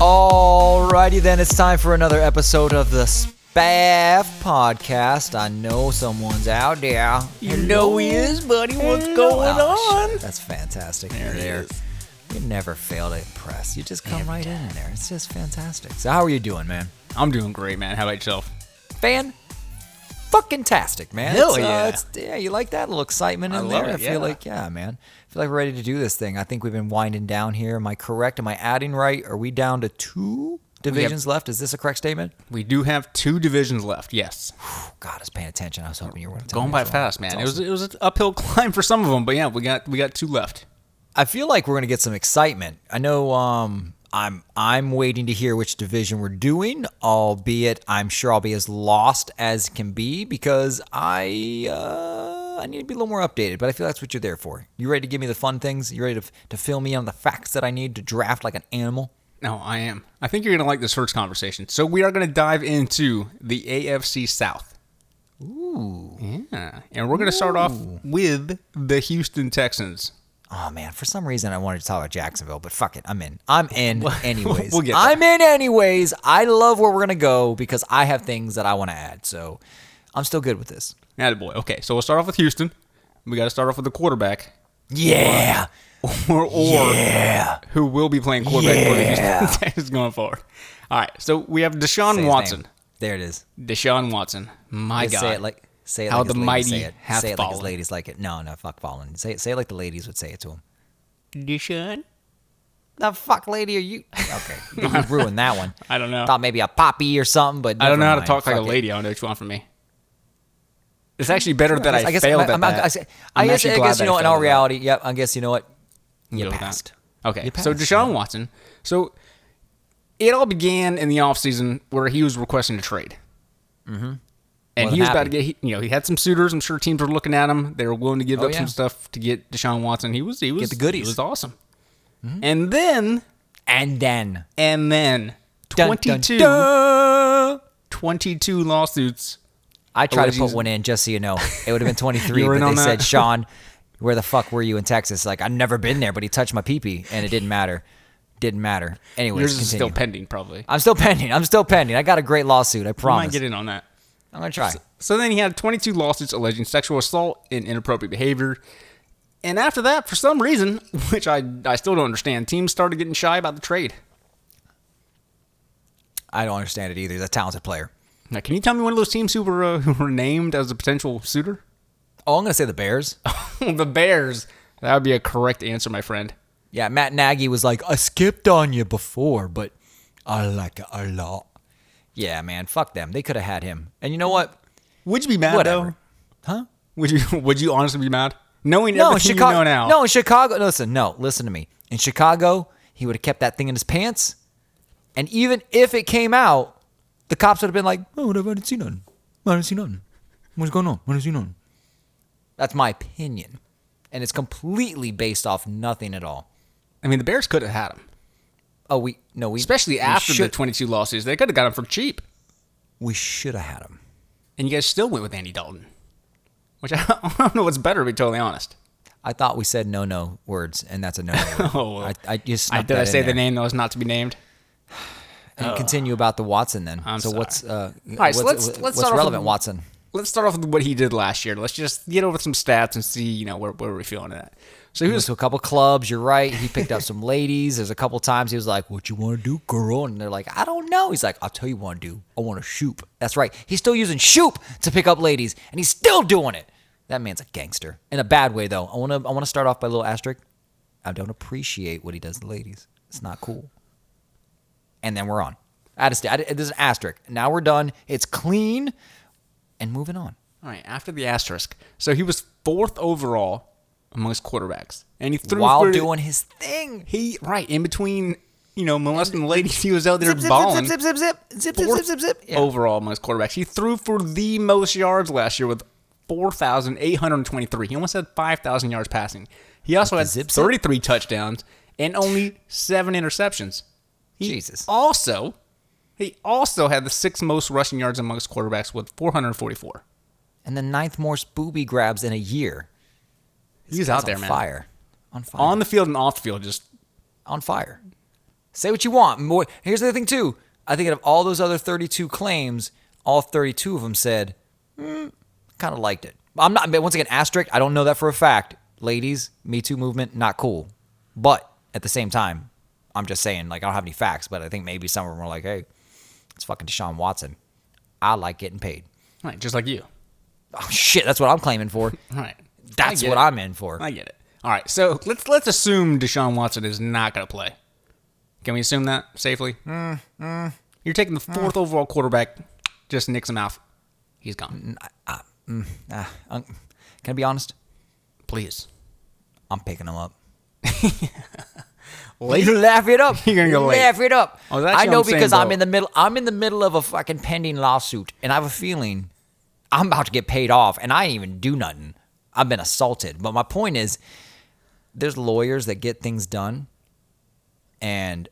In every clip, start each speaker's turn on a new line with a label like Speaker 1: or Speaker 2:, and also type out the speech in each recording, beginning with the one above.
Speaker 1: Alrighty then, it's time for another episode of the Spav Podcast. I know someone's out there. You know he is, buddy. What's going on? That's fantastic. You're there. You never fail to impress. You just come right in there. It's just fantastic. So how are you doing, man?
Speaker 2: I'm doing great, man. How about yourself?
Speaker 1: Fan fucking tastic, man.
Speaker 2: Hell
Speaker 1: It's, uh,
Speaker 2: yeah.
Speaker 1: it's- yeah, you like that little excitement in
Speaker 2: I
Speaker 1: there?
Speaker 2: love it,
Speaker 1: I feel
Speaker 2: yeah.
Speaker 1: like yeah, man. I feel like we're ready to do this thing. I think we've been winding down here. Am I correct? Am I adding right? Are we down to two divisions left? Is this a correct statement?
Speaker 2: We do have two divisions left. Yes,
Speaker 1: God, I was paying attention. I was hoping you were
Speaker 2: going by fast, man. It was it was an uphill climb for some of them, but yeah, we got we got two left.
Speaker 1: I feel like we're gonna get some excitement. I know. Um, I'm I'm waiting to hear which division we're doing. Albeit, I'm sure I'll be as lost as can be because I uh, I need to be a little more updated. But I feel that's what you're there for. You ready to give me the fun things? You ready to to fill me in on the facts that I need to draft like an animal?
Speaker 2: No, I am. I think you're gonna like this first conversation. So we are gonna dive into the AFC South. Ooh. Yeah, and we're gonna start off with the Houston Texans.
Speaker 1: Oh man, for some reason I wanted to talk about Jacksonville, but fuck it, I'm in. I'm in anyways.
Speaker 2: we'll get
Speaker 1: I'm in anyways. I love where we're gonna go because I have things that I want to add. So I'm still good with this.
Speaker 2: Attaboy. Okay, so we'll start off with Houston. We got to start off with the quarterback,
Speaker 1: Yeah,
Speaker 2: or or
Speaker 1: yeah.
Speaker 2: who will be playing quarterback for the Houston Texans going forward. All right, so we have Deshaun
Speaker 1: Say his
Speaker 2: Watson.
Speaker 1: name. There it is.
Speaker 2: Deshaun Watson. My
Speaker 1: Just
Speaker 2: God.
Speaker 1: say it like say it
Speaker 2: How
Speaker 1: like
Speaker 2: the
Speaker 1: his ladies say
Speaker 2: mighty
Speaker 1: it.
Speaker 2: hath
Speaker 1: say it like his
Speaker 2: fallen.
Speaker 1: ladies like it. No, no, fuck fallen. Say it, say it like the ladies would say it to him.
Speaker 2: Deshaun.
Speaker 1: The fuck lady are you? Okay, you ruined that one.
Speaker 2: I don't know.
Speaker 1: Thought maybe a poppy or something, but
Speaker 2: I
Speaker 1: never
Speaker 2: don't know how to
Speaker 1: mind.
Speaker 2: talk like a
Speaker 1: Fuck it.
Speaker 2: lady. I don't know what you want from me. It's actually better that I,
Speaker 1: guess-
Speaker 2: failed at
Speaker 1: I'm- I'm-
Speaker 2: that.
Speaker 1: I guess, I
Speaker 2: I'm
Speaker 1: guess,
Speaker 2: actually
Speaker 1: I
Speaker 2: glad
Speaker 1: guess
Speaker 2: that
Speaker 1: you know what, in
Speaker 2: failed
Speaker 1: all
Speaker 2: at that.
Speaker 1: reality, yep. I guess you know what.
Speaker 2: I'm
Speaker 1: You
Speaker 2: good with that.
Speaker 1: passed.
Speaker 2: Okay,
Speaker 1: You
Speaker 2: so
Speaker 1: passed,
Speaker 2: Deshaun Watson. So it all began in the offseason where he was requesting a trade. Mm-hmm. And
Speaker 1: Wasn't
Speaker 2: he was about to
Speaker 1: happy.
Speaker 2: get, he- you know, he had some suitors. I'm sure teams were looking at him. They were willing to give
Speaker 1: Oh,
Speaker 2: up
Speaker 1: yeah.
Speaker 2: some stuff to get Deshaun Watson. He was, he was,
Speaker 1: the goodies. Mm-hmm.
Speaker 2: He was awesome. And then
Speaker 1: And then
Speaker 2: and then
Speaker 1: Dun,
Speaker 2: 22,
Speaker 1: dun, dun.
Speaker 2: 22 lawsuits.
Speaker 1: I tried to put
Speaker 2: Allegedly-
Speaker 1: one in just so you know. It would have been 23,
Speaker 2: You
Speaker 1: but
Speaker 2: were in
Speaker 1: they
Speaker 2: on
Speaker 1: said,
Speaker 2: that?
Speaker 1: Sean, where the fuck were you in Texas? Like, I've never been there, but he touched my pee-pee, and it didn't matter. Didn't matter. Anyways,
Speaker 2: Yours is
Speaker 1: continue.
Speaker 2: still pending, probably.
Speaker 1: I'm still pending. I'm still pending. I got a great lawsuit. I
Speaker 2: I might
Speaker 1: promise.
Speaker 2: get in on that.
Speaker 1: I'm going to try.
Speaker 2: So then he had 22 lawsuits alleging sexual assault and inappropriate behavior. And after that, for some reason, which I, I still don't understand, teams started getting shy about the trade.
Speaker 1: I don't understand it either. He's a talented player.
Speaker 2: Now, can you tell me one of those teams who were uh, who were named as a potential suitor?
Speaker 1: Oh, I'm going to say the Bears.
Speaker 2: the Bears. That would be a correct answer, my friend.
Speaker 1: yeah, Matt Nagy was like, I skipped on you before, but I like it a lot. Yeah, man. Fuck them. They could have had him. And you know what?
Speaker 2: Would you be mad
Speaker 1: Whatever.
Speaker 2: though? Would you would you honestly be mad knowing
Speaker 1: No, in
Speaker 2: everything
Speaker 1: Chicago.
Speaker 2: you know now?
Speaker 1: No, in Chicago. Listen, no, listen to me. In Chicago, he would have kept that thing in his pants, and even if it came out, the cops would have been like, "Oh, whatever, I didn't see nothing. I didn't see nothing. What's going on? I didn't see nothing." That's my opinion, and it's completely based off nothing at all.
Speaker 2: I mean, the Bears could have had him,
Speaker 1: Oh, we no, we
Speaker 2: especially
Speaker 1: we
Speaker 2: after the
Speaker 1: should,
Speaker 2: 22 lawsuits. They could have got him for cheap,
Speaker 1: we should have had him.
Speaker 2: and you guys still went with Andy Dalton, which I don't, I don't know what's better. To be totally honest,
Speaker 1: I thought we said no no words, and that's a no. no
Speaker 2: Oh, well.
Speaker 1: I, I just
Speaker 2: I,
Speaker 1: snuck
Speaker 2: did
Speaker 1: that
Speaker 2: I
Speaker 1: in
Speaker 2: say the
Speaker 1: there.
Speaker 2: name that was not to be named?
Speaker 1: And continue about the Watson then.
Speaker 2: I'm
Speaker 1: so
Speaker 2: sorry.
Speaker 1: what's uh,
Speaker 2: All right, so
Speaker 1: what's-
Speaker 2: let's- let's
Speaker 1: what's
Speaker 2: start off with-
Speaker 1: relevant, Watson?
Speaker 2: Let's start off with what he did last year. Let's just get over some stats and see, you know, where where we're feeling at. So he
Speaker 1: He
Speaker 2: was
Speaker 1: was to a couple clubs. You're right. He picked up some ladies. There's a couple times he was like, "What you want to do, girl?" And they're like, "I don't know." He's like, "I'll tell you what I do. I want to shoot." That's right. He's still using shoot to pick up ladies, and he's still doing it. That man's a gangster in a bad way, though. I want to. I want to start off by a little asterisk. I don't appreciate what he does to ladies. It's not cool. And then we're on. I just, I, there's an asterisk. Now we're done. It's clean, and moving on.
Speaker 2: all right after the asterisk. So he was fourth overall amongst quarterbacks, and he threw
Speaker 1: While
Speaker 2: for-
Speaker 1: doing his thing.
Speaker 2: he right in between, you know, molesting the ladies. He was out there
Speaker 1: Zip, zip, zip,
Speaker 2: balling.
Speaker 1: zip, zip, zip, zip, zip, zip,
Speaker 2: fourth
Speaker 1: zip, zip. Yeah.
Speaker 2: overall amongst quarterbacks. He threw for the most yards last year with 4,823. He almost had 5,000 yards passing. He also had
Speaker 1: zip zip?
Speaker 2: 33 touchdowns and only seven interceptions. He
Speaker 1: Jesus.
Speaker 2: Also, he also had the sixth most rushing yards amongst quarterbacks with 444.
Speaker 1: and the ninth most booby grabs in a year.
Speaker 2: He's
Speaker 1: Guy's
Speaker 2: out there,
Speaker 1: on
Speaker 2: man.
Speaker 1: Fire, on fire,
Speaker 2: On the field and off the field, just
Speaker 1: on fire. Say what you want. More. Here's the other thing too. I think out of all those other 32 claims, all 32 of them said, mm, kind of liked it. I'm not. but Once again, asterisk. I don't know that for a fact. Ladies, Me Too movement, not cool. But at the same time, I'm just saying. Like I don't have any facts, but I think maybe some of them were like, hey, it's fucking Deshaun Watson. I like getting paid.
Speaker 2: Right, just like you.
Speaker 1: Oh shit, that's what I'm claiming for.
Speaker 2: All right.
Speaker 1: That's
Speaker 2: I get
Speaker 1: what
Speaker 2: it.
Speaker 1: I'm in for.
Speaker 2: I get it. All right, so let's let's assume Deshaun Watson is not going to play. Can we assume that safely?
Speaker 1: Mm,
Speaker 2: You're taking the fourth overall quarterback. Just nicks him out. He's gone.
Speaker 1: Ah, um, can I be honest?
Speaker 2: Please.
Speaker 1: I'm picking him up. You laugh it up.
Speaker 2: You're gonna go late. Oh,
Speaker 1: Laugh it up.
Speaker 2: I was actually
Speaker 1: I know
Speaker 2: on the same
Speaker 1: because I'm
Speaker 2: boat.
Speaker 1: in the middle. I'm in the middle of a fucking pending lawsuit, and I have a feeling I'm about to get paid off, and I ain't even do nothing. I've been assaulted. But my point is, there's lawyers that get things done, and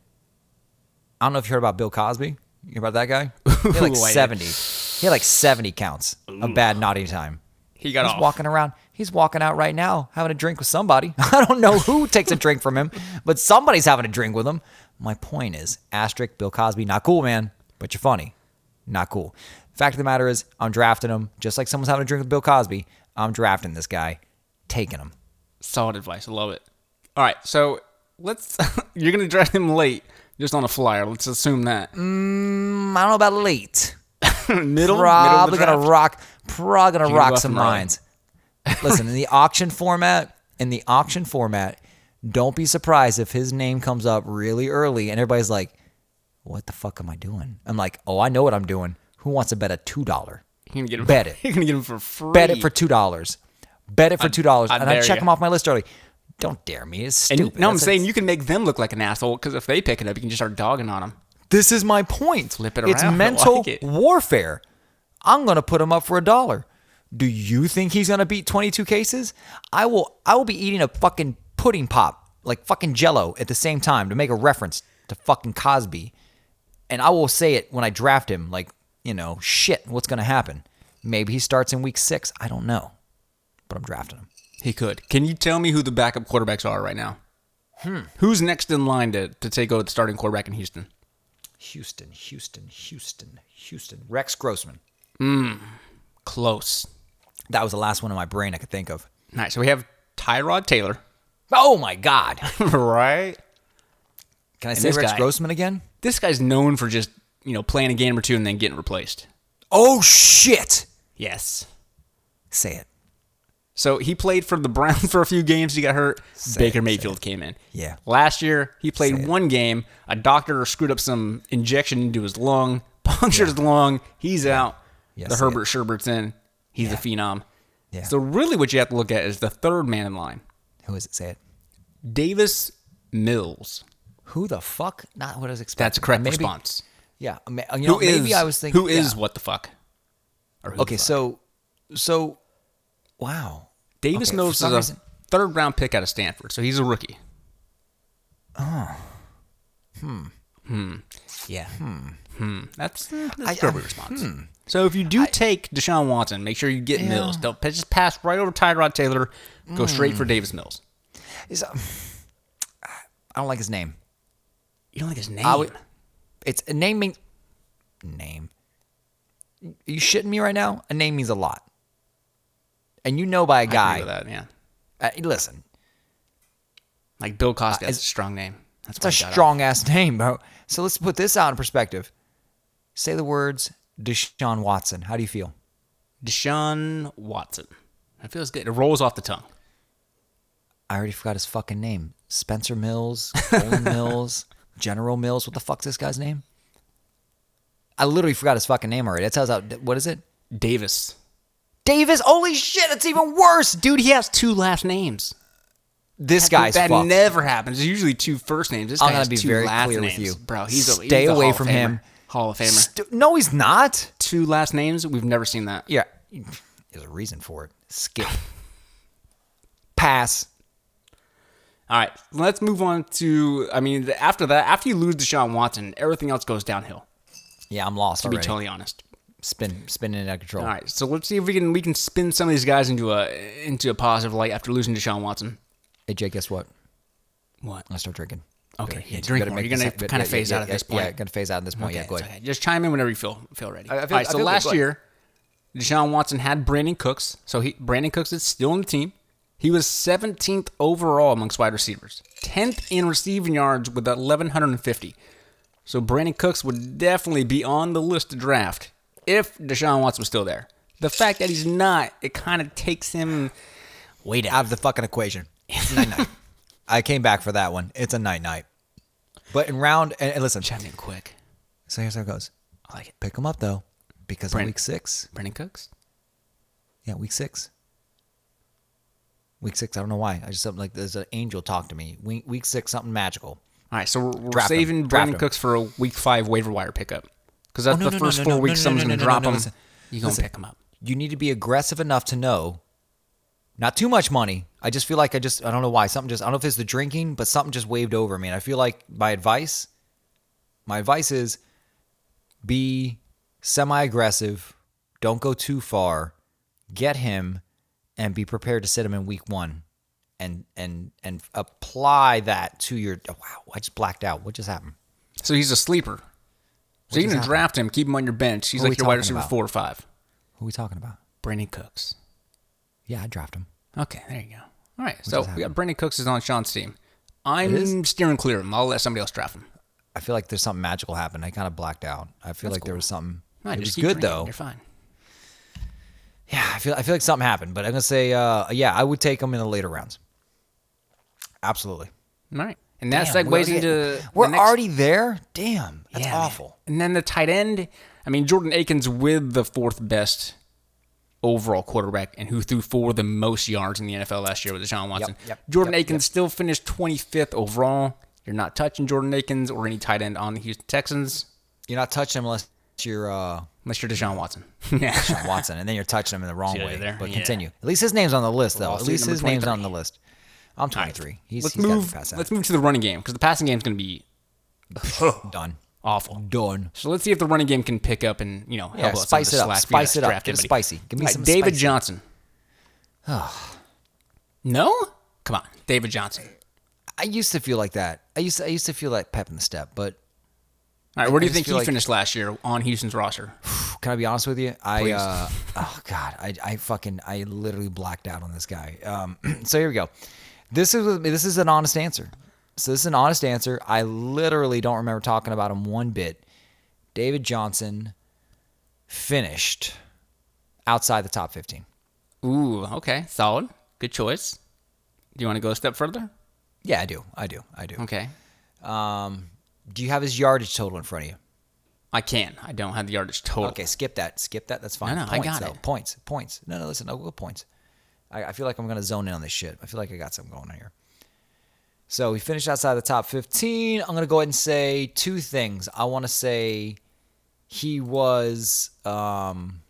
Speaker 1: I don't know if you heard about Bill Cosby. You heard about that guy? He had like
Speaker 2: Ooh, I did.
Speaker 1: 70. He had like 70 counts of bad naughty time.
Speaker 2: He got
Speaker 1: He's
Speaker 2: off.
Speaker 1: walking around. He's walking out right now having a drink with somebody. I don't know who takes a drink from him, but somebody's having a drink with him. My point is, asterisk, Bill Cosby, not cool, man, but you're funny. Not cool. Fact of the matter is, I'm drafting him. Just like someone's having a drink with Bill Cosby, I'm drafting this guy, taking him.
Speaker 2: Solid advice. I love it. All right, so let's. you're going to draft him late, just on a flyer. Let's assume that
Speaker 1: Mm, I don't know about late.
Speaker 2: middle, middle of the
Speaker 1: Probably
Speaker 2: draft.
Speaker 1: gonna rock. Probably gonna
Speaker 2: can go
Speaker 1: rock
Speaker 2: left
Speaker 1: some
Speaker 2: and right.
Speaker 1: lines. Listen, in the auction format, in the auction format, don't be surprised if his name comes up really early and everybody's like, "What the fuck am I doing?" I'm like, "Oh, I know what I'm doing. Who wants to bet a two dollar?
Speaker 2: You're going to get him.
Speaker 1: Bet it.
Speaker 2: You're going to get him for free.
Speaker 1: Bet it for two dollars. Bet it for two dollars."
Speaker 2: I
Speaker 1: And I
Speaker 2: dare
Speaker 1: check
Speaker 2: ya.
Speaker 1: him off my list early. Don't dare me. It's
Speaker 2: And
Speaker 1: stupid.
Speaker 2: you, no, I'm
Speaker 1: That's-
Speaker 2: saying you can make them look like an asshole because if they pick it up, you can just start dogging on them.
Speaker 1: This is my point.
Speaker 2: Flip it
Speaker 1: It's
Speaker 2: around. I
Speaker 1: mental
Speaker 2: like it.
Speaker 1: warfare. I'm gonna put him up for a dollar. Do you think he's gonna beat 22 cases? I will. I will be eating a fucking pudding pop, like fucking Jello, at the same time to make a reference to fucking Cosby, and I will say it when I draft him. Like you know, shit. What's gonna happen? Maybe he starts in week six. I don't know, but I'm drafting him.
Speaker 2: He could. Can you tell me who the backup quarterbacks are right now? Who's next in line to, to take over the starting quarterback in Houston?
Speaker 1: Houston, Houston, Houston, Houston. Rex Grossman.
Speaker 2: Close.
Speaker 1: That was the last one in my brain I could think of.
Speaker 2: All right, so we have Tyrod Taylor,
Speaker 1: Oh my god.
Speaker 2: right?
Speaker 1: Can I say
Speaker 2: this
Speaker 1: Rex
Speaker 2: guy-
Speaker 1: Grossman again?
Speaker 2: This guy's known for just you know playing a game or two and then getting replaced.
Speaker 1: Oh shit!
Speaker 2: Yes.
Speaker 1: Say it.
Speaker 2: So he played for the Browns for a few games. He got hurt. Baker Mayfield came in.
Speaker 1: Yeah.
Speaker 2: Last year he played
Speaker 1: it.
Speaker 2: one game. A doctor screwed up some injection into his lung, punctured his lung. He's out.
Speaker 1: Yeah,
Speaker 2: the
Speaker 1: say
Speaker 2: Herbert Sherbert's in. He's a phenom.
Speaker 1: Yeah.
Speaker 2: So really, what you have to look at is the third man in line,
Speaker 1: Who is it? Say it.
Speaker 2: Davis Mills.
Speaker 1: Who the fuck? Not what I was expecting.
Speaker 2: That's a correct
Speaker 1: Maybe-
Speaker 2: response.
Speaker 1: Yeah. I mean, You
Speaker 2: Who
Speaker 1: know, maybe
Speaker 2: is-
Speaker 1: I was thinking.
Speaker 2: who
Speaker 1: yeah.
Speaker 2: is what the fuck? Or who the
Speaker 1: Okay,
Speaker 2: fuck?
Speaker 1: so, so, wow.
Speaker 2: Davis
Speaker 1: okay,
Speaker 2: Mills
Speaker 1: for
Speaker 2: is
Speaker 1: some
Speaker 2: a
Speaker 1: reason-
Speaker 2: third round pick out of Stanford, so he's a rookie.
Speaker 1: Yeah.
Speaker 2: That's uh, that's a appropriate response. So if you do take Deshaun Watson, make sure you get Mills. Don't pa- just pass right over Tyrod Taylor. Go straight for Davis Mills.
Speaker 1: Is- um, I don't like his name.
Speaker 2: You don't like his name?
Speaker 1: I would. It's a name means name. Are you shitting me right now? A name means a lot. And you know by a
Speaker 2: I agree
Speaker 1: guy.
Speaker 2: with that. Yeah,
Speaker 1: Uh, listen,
Speaker 2: like Bill Costas, Uh, a strong name. That's why
Speaker 1: That's
Speaker 2: he
Speaker 1: a
Speaker 2: got
Speaker 1: strong ass name, bro. So let's put this out in perspective. Say the words Deshaun Watson. How do you feel?
Speaker 2: it. Deshaun Watson. That feels good. It rolls off the tongue.
Speaker 1: I already forgot his fucking name. Spencer Mills, Olin Mills, General Mills. What the fuck's this guy's name? I literally forgot his fucking name already. That tells out. What is it?
Speaker 2: Davis,
Speaker 1: Davis. Holy shit! It's even worse.
Speaker 2: dude, he has two last names.
Speaker 1: This guy's
Speaker 2: that
Speaker 1: fucked.
Speaker 2: never happens. There's usually two first names. This
Speaker 1: I'm
Speaker 2: guy
Speaker 1: gonna
Speaker 2: has
Speaker 1: be
Speaker 2: two
Speaker 1: very
Speaker 2: last
Speaker 1: clear with you.
Speaker 2: names. bro. He's a, he's
Speaker 1: Stay
Speaker 2: a
Speaker 1: away
Speaker 2: Hall of
Speaker 1: from
Speaker 2: Famer.
Speaker 1: him.
Speaker 2: Hall of Famer.
Speaker 1: Stu- no, he's not.
Speaker 2: two last names. We've never seen that.
Speaker 1: Yeah, there's a reason for it. Skip. Pass.
Speaker 2: All right, let's move on to. I mean, after that, after you lose Deshaun Watson, everything else goes downhill.
Speaker 1: Yeah, I'm lost
Speaker 2: To be
Speaker 1: already.
Speaker 2: totally honest.
Speaker 1: Spin, spinning it out of control.
Speaker 2: All right, so let's see if we can we can spin some of these guys into a into a positive light after losing Deshaun Watson.
Speaker 1: Hey Jake, guess what?
Speaker 2: What?
Speaker 1: I start drinking.
Speaker 2: Okay, yeah,
Speaker 1: You
Speaker 2: drink
Speaker 1: gotta
Speaker 2: more.
Speaker 1: make
Speaker 2: You're
Speaker 1: this
Speaker 2: gonna
Speaker 1: happen.
Speaker 2: kind of
Speaker 1: Yeah,
Speaker 2: phase
Speaker 1: yeah,
Speaker 2: out at this
Speaker 1: yeah,
Speaker 2: point.
Speaker 1: Yeah, gonna phase out at this point.
Speaker 2: Okay,
Speaker 1: yeah, go
Speaker 2: it's
Speaker 1: ahead.
Speaker 2: okay. Just chime in whenever you feel feel ready.
Speaker 1: I- I feel-
Speaker 2: All right.
Speaker 1: I
Speaker 2: So
Speaker 1: feel good,
Speaker 2: last
Speaker 1: go ahead.
Speaker 2: year, Deshaun Watson had Brandon Cooks. So he Brandon Cooks is still on the team. He was 17th overall amongst wide receivers, 10th in receiving yards with 1150. So Brandon Cooks would definitely be on the list to draft if Deshaun Watson was still there. The fact that he's not, it kind of takes him way down.
Speaker 1: Out of the fucking equation. night night. I came back for that one. It's a night night. But in round and, and listen,
Speaker 2: Chime in quick.
Speaker 1: so here's how it goes.
Speaker 2: I like it.
Speaker 1: Pick him up though, because in
Speaker 2: Brent.
Speaker 1: week six.
Speaker 2: Brandon Cooks.
Speaker 1: Yeah, week six. Week six. I don't know why. I just something like there's an angel talk to me. Week week six, something magical.
Speaker 2: All right, so we're, we're
Speaker 1: Draft him.
Speaker 2: saving
Speaker 1: Draft
Speaker 2: Brandon
Speaker 1: him.
Speaker 2: Cooks for a week five waiver wire pickup because that's
Speaker 1: Oh, no,
Speaker 2: the
Speaker 1: no, no,
Speaker 2: first
Speaker 1: no,
Speaker 2: four
Speaker 1: no,
Speaker 2: weeks
Speaker 1: no,
Speaker 2: someone's
Speaker 1: no,
Speaker 2: gonna
Speaker 1: no, no,
Speaker 2: drop
Speaker 1: no,
Speaker 2: him.
Speaker 1: listen.
Speaker 2: You gonna
Speaker 1: Listen.
Speaker 2: pick him up?
Speaker 1: You need to be aggressive enough to know. Not too much money. I just feel like I just I don't know why something just I don't know if it's the drinking, but something just waved over me. And I feel like my advice, my advice is, be semi-aggressive. Don't go too far. Get him, and be prepared to sit him in week one, and and and apply that to your. oh, wow, I just blacked out. What just happened?
Speaker 2: So he's a sleeper. So
Speaker 1: just
Speaker 2: you can
Speaker 1: happened?
Speaker 2: draft him, keep him on your bench. He's
Speaker 1: What are
Speaker 2: like
Speaker 1: we
Speaker 2: your wide
Speaker 1: talking
Speaker 2: receiver
Speaker 1: about?
Speaker 2: four or five.
Speaker 1: Who are we talking about?
Speaker 2: Brandon Cooks.
Speaker 1: Yeah, I draft him.
Speaker 2: Okay, there you go. All right, so we got
Speaker 1: happened?
Speaker 2: Brandon Cooks is on Sean's team. I'm steering clear of him. I'll let somebody else draft him.
Speaker 1: I feel like there's something magical happened. I kind of blacked out. I feel like there was something.
Speaker 2: No,
Speaker 1: it
Speaker 2: just
Speaker 1: was
Speaker 2: keep
Speaker 1: good
Speaker 2: drinking.
Speaker 1: though.
Speaker 2: You're fine.
Speaker 1: Yeah, I feel I feel like something happened. But I'm gonna say, uh, yeah, I would take him in the later rounds. Absolutely.
Speaker 2: All right, and that
Speaker 1: Damn, we
Speaker 2: segues
Speaker 1: already-
Speaker 2: into the
Speaker 1: we're
Speaker 2: next-
Speaker 1: already there. Damn, that's
Speaker 2: Yeah, man.
Speaker 1: awful.
Speaker 2: And then the tight end, I mean, Jordan Aikens with the fourth best overall quarterback and who threw for the most yards in the NFL last year was Deshaun Watson.
Speaker 1: yep,
Speaker 2: Jordan
Speaker 1: yep,
Speaker 2: Aikens still finished 25th overall. You're not touching Jordan Aikens or any tight end on the Houston Texans
Speaker 1: You're not touching him unless you're uh,
Speaker 2: unless you're Deshaun Watson. yeah.
Speaker 1: Sean Watson, and then you're touching him in the wrong
Speaker 2: See what I
Speaker 1: way.
Speaker 2: did there?
Speaker 1: But
Speaker 2: Yeah.
Speaker 1: continue. At least his name's on the list, though.
Speaker 2: Well,
Speaker 1: At
Speaker 2: see,
Speaker 1: least
Speaker 2: number
Speaker 1: his name's on
Speaker 2: 23.
Speaker 1: the list. I'm 23. He's,
Speaker 2: Let's
Speaker 1: he's got
Speaker 2: move
Speaker 1: to pass that.
Speaker 2: let's move to the running game because the passing game's going to be
Speaker 1: Done.
Speaker 2: awful.
Speaker 1: Done.
Speaker 2: So let's see if the running game can pick up and, you know, help
Speaker 1: Yeah,
Speaker 2: out some of
Speaker 1: spice
Speaker 2: the
Speaker 1: it up,
Speaker 2: slack for
Speaker 1: spice
Speaker 2: this
Speaker 1: it up,
Speaker 2: draft
Speaker 1: get it
Speaker 2: activity.
Speaker 1: spicy. Give me
Speaker 2: All right,
Speaker 1: some
Speaker 2: David
Speaker 1: spicy.
Speaker 2: Johnson. no? Come on. David Johnson.
Speaker 1: I used to feel like that. I used to, I used to feel like pep in the step, but
Speaker 2: All right, where do you
Speaker 1: just
Speaker 2: think he
Speaker 1: feel like-
Speaker 2: finished last year on Houston's roster?
Speaker 1: can I be honest with you? I uh, oh god, I, I fucking I literally blacked out on this guy. Um, so here we go. This is this is an honest answer. So this is an honest answer. I literally don't remember talking about him one bit. David Johnson finished outside the top fifteen.
Speaker 2: Ooh, okay, solid, good choice. Do you want to go a step further?
Speaker 1: Yeah, I do. I do. I do.
Speaker 2: Okay,
Speaker 1: Um, do you have his yardage total in front of you?
Speaker 2: I can. I don't have the yardage total.
Speaker 1: Okay, skip that. Skip that. That's fine.
Speaker 2: No, no, I
Speaker 1: points,
Speaker 2: got
Speaker 1: though.
Speaker 2: it.
Speaker 1: Points. Points. No, no, listen. I'll go points. I, I feel like I'm going to zone in on this shit. I feel like I got something going on here. So we finished outside the top 15. I'm going to go ahead and say two things. I want to say he was, um,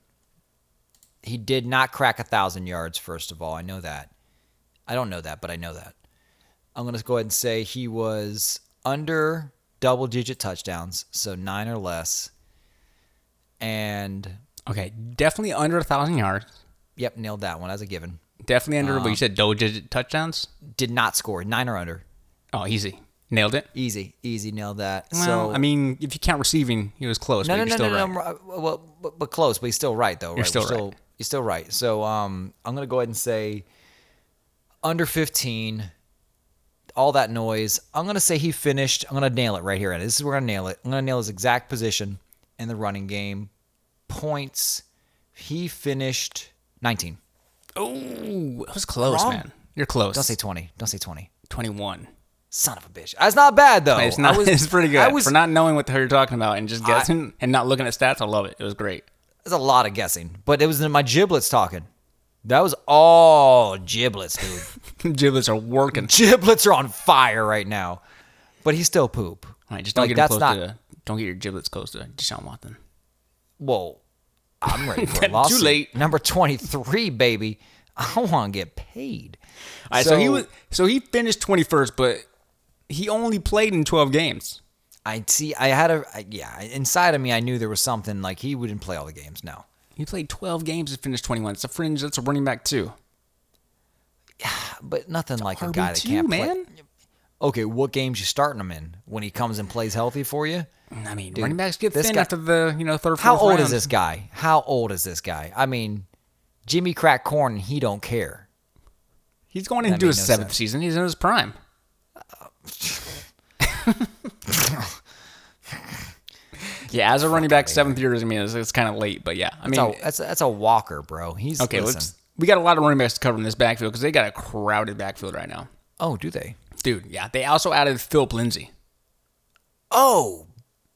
Speaker 1: he did not crack a thousand yards, first of all. I know that. I don't know that, but I know that. I'm going to go ahead and say he was under double digit touchdowns, so nine or less. And
Speaker 2: Okay, definitely under a thousand yards.
Speaker 1: Yep, nailed that one as a given.
Speaker 2: Definitely under.
Speaker 1: Uh-huh.
Speaker 2: but you said double digit touchdowns.
Speaker 1: Did not score nine or under.
Speaker 2: Oh, easy, nailed it.
Speaker 1: Easy, easy, nailed that.
Speaker 2: Well,
Speaker 1: so
Speaker 2: I mean, if you count receiving, he was close.
Speaker 1: no,
Speaker 2: but
Speaker 1: no,
Speaker 2: you're
Speaker 1: no,
Speaker 2: still
Speaker 1: no, no,
Speaker 2: right.
Speaker 1: I'm ri- Well, but, but close, but he's still right though. Right? We're
Speaker 2: still right.
Speaker 1: You're still right. So um, I'm gonna go ahead and say under 15. All that noise. I'm gonna say he finished. I'm gonna nail it right here. And this is where I nail it. I'm gonna nail his exact position in the running game. Points. He finished 19.
Speaker 2: Ooh, it was close,
Speaker 1: Wrong.
Speaker 2: man. You're close.
Speaker 1: Don't say 20. Don't say 20.
Speaker 2: twenty-one.
Speaker 1: Son of a bitch. That's not bad though.
Speaker 2: It's not.
Speaker 1: Oh, I was-
Speaker 2: it's pretty good
Speaker 1: I was
Speaker 2: for not knowing what the hell you're talking about and just guessing and not looking at stats. I love it. It was great.
Speaker 1: That's a lot of guessing, but it was in my giblets talking. That was all giblets, dude.
Speaker 2: Giblets are working.
Speaker 1: giblets are on fire right now, but he's still poop.
Speaker 2: All right, just don't
Speaker 1: Like,
Speaker 2: get him
Speaker 1: that's
Speaker 2: close
Speaker 1: not-
Speaker 2: to. Don't get your giblets close to Deshaun Watson.
Speaker 1: Whoa, I'm ready for a
Speaker 2: Too
Speaker 1: lawsuit.
Speaker 2: late.
Speaker 1: Number twenty-three, baby. I want to get paid.
Speaker 2: All right, so, he was so he finished 21st, but he only played in 12 games.
Speaker 1: I see. I had a I- yeah. Inside of me, I knew there was something like he wouldn't play all the games. No,
Speaker 2: He played 12 games and finished 21. It's a fringe. That's a running back too.
Speaker 1: but nothing like a
Speaker 2: RB2,
Speaker 1: guy that can't play.
Speaker 2: man.
Speaker 1: okay, what games you starting him in when he comes and plays healthy for you?
Speaker 2: I mean,
Speaker 1: Dude,
Speaker 2: running backs get
Speaker 1: this
Speaker 2: thin
Speaker 1: guy-
Speaker 2: after the you know third.
Speaker 1: How
Speaker 2: fourth
Speaker 1: old is
Speaker 2: round.
Speaker 1: this guy? How old is this guy? I mean, Jimmy crack corn and he don't care.
Speaker 2: He's going into
Speaker 1: made
Speaker 2: his
Speaker 1: no
Speaker 2: seventh
Speaker 1: sense.
Speaker 2: season. He's in his prime. yeah, as a running back, seventh year is I mean it's, it's kind of late, but yeah, I mean,
Speaker 1: That's, a, that's, a, that's a walker, bro. He's
Speaker 2: okay,
Speaker 1: listen.
Speaker 2: let's. We got a lot of running backs to cover in this backfield because they got a crowded backfield right now,
Speaker 1: Oh, do they?
Speaker 2: dude. Yeah, they also added Philip Lindsay.
Speaker 1: Oh,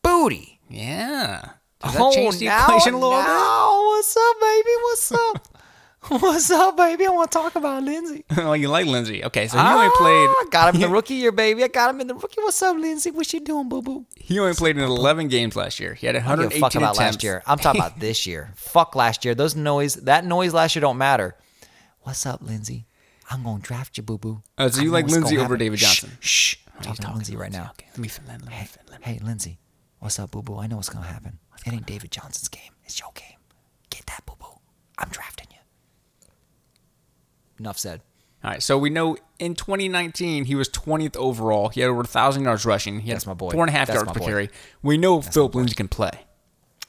Speaker 1: booty.
Speaker 2: Yeah, does that
Speaker 1: Oh,
Speaker 2: change the
Speaker 1: now-
Speaker 2: equation a little bit?
Speaker 1: now, What's up, baby? What's up? what's up, baby? I want to talk about Lindsay.
Speaker 2: oh, you like Lindsay? Okay, so he
Speaker 1: Ah!
Speaker 2: only played.
Speaker 1: I got him in the rookie year, baby. I got him in the rookie. What's up, Lindsay? What you doing, boo boo?
Speaker 2: He only played in 11 games last year. He had
Speaker 1: I don't give a
Speaker 2: 118
Speaker 1: fuck about
Speaker 2: attempts.
Speaker 1: last year. I'm talking about this year. Fuck last year. Those noise, that noise last year don't matter. What's up, Lindsay? I'm gonna draft you, boo boo.
Speaker 2: Oh, so you like Lindsay over David Johnson.
Speaker 1: Shh, shh. I'm talking to Lindsay right now.
Speaker 2: Okay, let me let me- let me- let me-
Speaker 1: Hey, Lindsay, what's up, boo boo? I know what's gonna happen. it ain't David Johnson's game. It's your game. Get that, boo boo. I'm drafting you. Enough said.
Speaker 2: All right, so we know in 2019 he was 20th overall. He had over 1,000 yards rushing. He had
Speaker 1: That's my boy.
Speaker 2: Four and a half
Speaker 1: That's
Speaker 2: yards
Speaker 1: my
Speaker 2: per
Speaker 1: boy.
Speaker 2: carry. We know Philip Lindsay can play,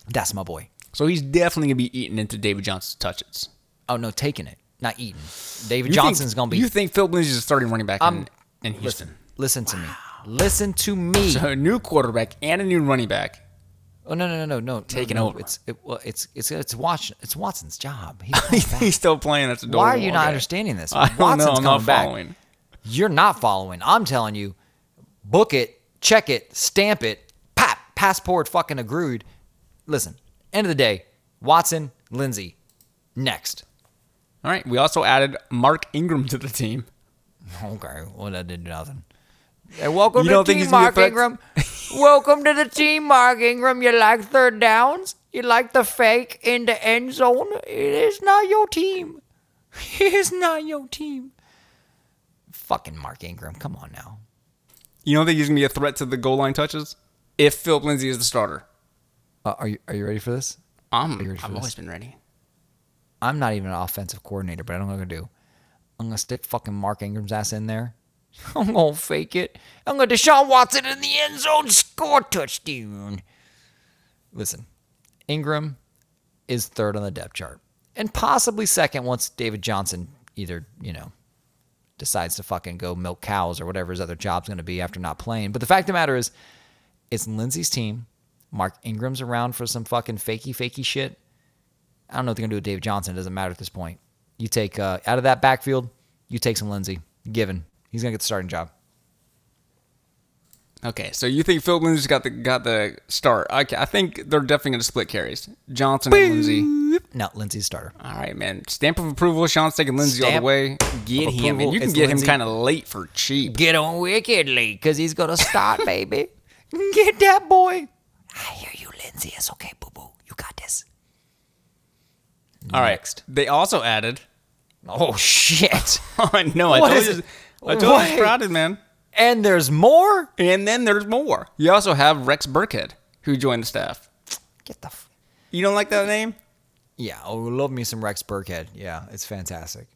Speaker 1: That's my boy.
Speaker 2: so he's definitely gonna be eating into David Johnson's touches.
Speaker 1: Oh no, taking it, not eating. David
Speaker 2: You
Speaker 1: Johnson's
Speaker 2: think,
Speaker 1: gonna be.
Speaker 2: You think Philip Lindsay's a starting running back
Speaker 1: I'm-
Speaker 2: in, in Houston?
Speaker 1: listen to me. Listen to me.
Speaker 2: So a new quarterback and a new running back.
Speaker 1: Oh no no no no no!
Speaker 2: Taking
Speaker 1: no,
Speaker 2: over.
Speaker 1: It's it, well, it's it's it's Watson. It's Watson's job. He's coming back.
Speaker 2: he's still playing. That's adorable.
Speaker 1: Why are you not
Speaker 2: Okay.
Speaker 1: understanding this?
Speaker 2: I don't know.
Speaker 1: Watson's
Speaker 2: I'm
Speaker 1: coming
Speaker 2: not
Speaker 1: back.
Speaker 2: following.
Speaker 1: You're not following. I'm telling you, book it, check it, stamp it, pap, passport fucking agreed. Listen, end of the day, Watson, Lindsay, next.
Speaker 2: All right. We also added Mark Ingram to the team.
Speaker 1: Okay, well that did nothing. Hey, welcome
Speaker 2: You
Speaker 1: to
Speaker 2: don't think
Speaker 1: Team
Speaker 2: he's gonna
Speaker 1: Mark
Speaker 2: affect-
Speaker 1: Ingram. welcome to the team, Mark Ingram. You like third downs? You like the fake in the end zone? It is not your team. It is not your team. Fucking Mark Ingram, come on now.
Speaker 2: You don't think he's gonna be a threat to the goal line touches if Philip Lindsay is the starter?
Speaker 1: Uh, are you are you ready for this?
Speaker 2: I'm,
Speaker 1: Are you ready for
Speaker 2: I've
Speaker 1: this?
Speaker 2: always been ready.
Speaker 1: I'm not even an offensive coordinator, but I don't know what I'm gonna do. I'm gonna stick fucking Mark Ingram's ass in there. I'm gonna fake it. I'm gonna Deshaun Watson in the end zone score touchdown. Listen, Ingram is third on the depth chart and possibly second once David Johnson either, you know, decides to fucking go milk cows or whatever his other job's going to be after not playing. But the fact of the matter is, it's Lindsey's team. Mark Ingram's around for some fucking fakey, fakey shit. I don't know what they're going to do with Dave Johnson. It doesn't matter at this point. You take uh, out of that backfield, you take some Lindsey. Given. He's going to get the starting job.
Speaker 2: Okay, so you think Philip Lindsay's got the got the start? Okay, I think they're definitely gonna split carries. Johnson and Lindsay.
Speaker 1: No, Lindsey's starter.
Speaker 2: All right, man. Stamp of approval. Sean's taking Lindsay all
Speaker 1: Stamp
Speaker 2: the way. Get
Speaker 1: of
Speaker 2: him,
Speaker 1: approval
Speaker 2: and you can
Speaker 1: is
Speaker 2: get
Speaker 1: Lindsay.
Speaker 2: him kind of late for cheap.
Speaker 1: Get on wickedly because he's going to start, baby. Get that boy. I hear you, Lindsey. It's okay, boo boo. You got this.
Speaker 2: All right.
Speaker 1: Next.
Speaker 2: They also added.
Speaker 1: Oh, shit.
Speaker 2: Oh no! I
Speaker 1: What
Speaker 2: told
Speaker 1: is
Speaker 2: you.
Speaker 1: it?
Speaker 2: I told you it's
Speaker 1: Wait.
Speaker 2: crowded, man.
Speaker 1: and there's more?
Speaker 2: And then there's more. You also have Rex Burkhead, who joined the staff.
Speaker 1: Get the. F-
Speaker 2: You don't like that name?
Speaker 1: yeah, oh, love me some Rex Burkhead. Yeah, it's fantastic.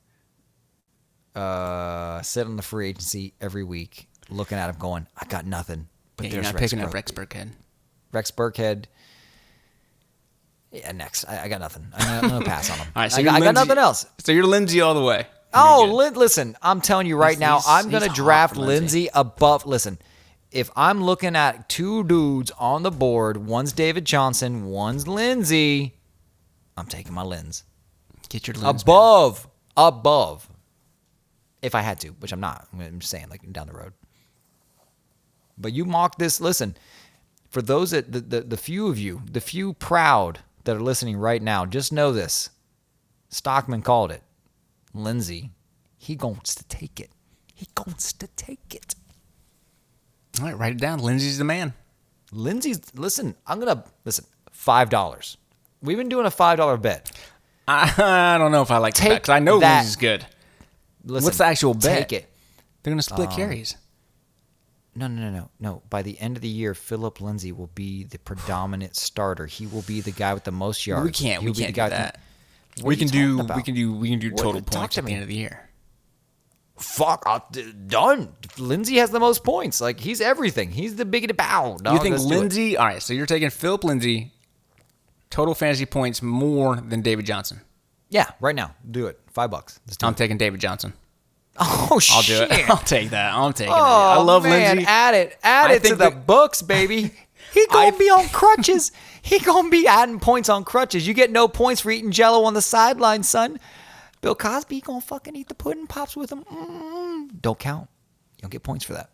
Speaker 1: Uh, sit on the free agency every week, looking at him, going, "I got nothing." But
Speaker 2: Yeah, you're
Speaker 1: there's
Speaker 2: not
Speaker 1: Rex,
Speaker 2: picking up
Speaker 1: Burk-
Speaker 2: Rex Burkhead.
Speaker 1: Rex Burkhead. Yeah, next. I, I got nothing. I'm gonna, I'm gonna pass on him.
Speaker 2: All right, so
Speaker 1: I,
Speaker 2: you're
Speaker 1: got- I got
Speaker 2: Lindsay-
Speaker 1: nothing else.
Speaker 2: So you're Lindsay all the way.
Speaker 1: Oh,
Speaker 2: You're good.
Speaker 1: Lin- listen, I'm telling you right
Speaker 2: He's-
Speaker 1: now,
Speaker 2: he's-
Speaker 1: I'm
Speaker 2: he's
Speaker 1: going to
Speaker 2: hot
Speaker 1: draft
Speaker 2: for Lindsey.
Speaker 1: Lindsey above. Listen, if I'm looking at two dudes on the board, one's David Johnson, one's Lindsey, I'm taking my lens.
Speaker 2: get your Lindsay.
Speaker 1: Above, above. If I had to, which I'm not. I'm just saying, like, down the road. But you mock this. Listen, for those that the, the, the few of you, the few proud that are listening right now, just know this. Stockman called it. Lindsay, he goes to take it. He goes to take it.
Speaker 2: All right, write it down. Lindsay's the man.
Speaker 1: Lindsay's listen, I'm gonna listen, five dollars. We've been doing a five dollar bet.
Speaker 2: I, I don't know if I like
Speaker 1: Take
Speaker 2: that 'cause I know
Speaker 1: that.
Speaker 2: Lindsay's good.
Speaker 1: Listen,
Speaker 2: What's the actual bet?
Speaker 1: Take it.
Speaker 2: They're gonna
Speaker 1: Oh.
Speaker 2: split carries.
Speaker 1: No, no, no, no, no. By the end of the year, Philip Lindsay will be the predominant starter. He will be the guy with the most yards.
Speaker 2: We can't.
Speaker 1: He'll
Speaker 2: We
Speaker 1: be the
Speaker 2: can't
Speaker 1: guy
Speaker 2: do
Speaker 1: with the-
Speaker 2: that.
Speaker 1: What are
Speaker 2: We
Speaker 1: you
Speaker 2: can
Speaker 1: talking
Speaker 2: do. We
Speaker 1: about?
Speaker 2: can do. We can do
Speaker 1: What-
Speaker 2: total
Speaker 1: talk
Speaker 2: points
Speaker 1: to
Speaker 2: at the
Speaker 1: me.
Speaker 2: end of the year.
Speaker 1: fuck, I, d- done. Lindsey has the most points. Like he's everything. He's the biggity bow. Dog.
Speaker 2: You think
Speaker 1: Let's do it.
Speaker 2: Lindsey? All right, so you're taking Philip Lindsey total fantasy points more than David Johnson.
Speaker 1: Yeah, right now, do it. Five bucks. Let's do it.
Speaker 2: I'm taking David Johnson.
Speaker 1: Oh
Speaker 2: I'll do
Speaker 1: shit!
Speaker 2: it. I'll take that. I'm taking it.
Speaker 1: Oh,
Speaker 2: I love
Speaker 1: man.
Speaker 2: Lindsey.
Speaker 1: Add it, add
Speaker 2: I
Speaker 1: it to
Speaker 2: think
Speaker 1: the
Speaker 2: that-
Speaker 1: books, baby. He
Speaker 2: I-
Speaker 1: gonna be on crutches. He gonna be adding points on crutches. You get no points for eating Jello on the sideline, son. Bill Cosby gonna fucking eat the pudding pops with him. Mm, don't count. You don't get points for that.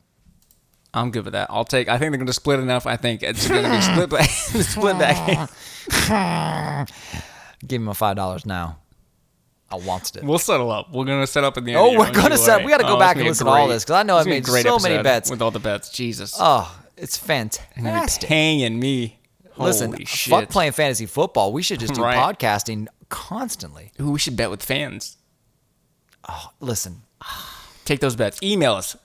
Speaker 2: I'm good with that. I'll take. I think they're going to split enough. I think it's going to be split back. split back.
Speaker 1: Give him a five dollars now. I wants it.
Speaker 2: We'll settle up. We're going to set up in the. end
Speaker 1: Oh,
Speaker 2: of the
Speaker 1: we're
Speaker 2: year.
Speaker 1: gonna
Speaker 2: Either
Speaker 1: set up.
Speaker 2: way.
Speaker 1: We gotta go
Speaker 2: Oh,
Speaker 1: back and
Speaker 2: it's gonna be
Speaker 1: listen to all
Speaker 2: great.
Speaker 1: this, 'cause I know I
Speaker 2: It's gonna be a
Speaker 1: made
Speaker 2: great
Speaker 1: so many
Speaker 2: episode
Speaker 1: bets.
Speaker 2: with all the bets. Jesus,
Speaker 1: Oh, it's
Speaker 2: You're gonna be
Speaker 1: fantastic.
Speaker 2: paying me.
Speaker 1: Listen,
Speaker 2: Holy shit.
Speaker 1: fuck playing fantasy football. We should just do
Speaker 2: Right.
Speaker 1: podcasting constantly.
Speaker 2: Ooh, we should bet with fans.
Speaker 1: Listen,
Speaker 2: Take those bets. Email us.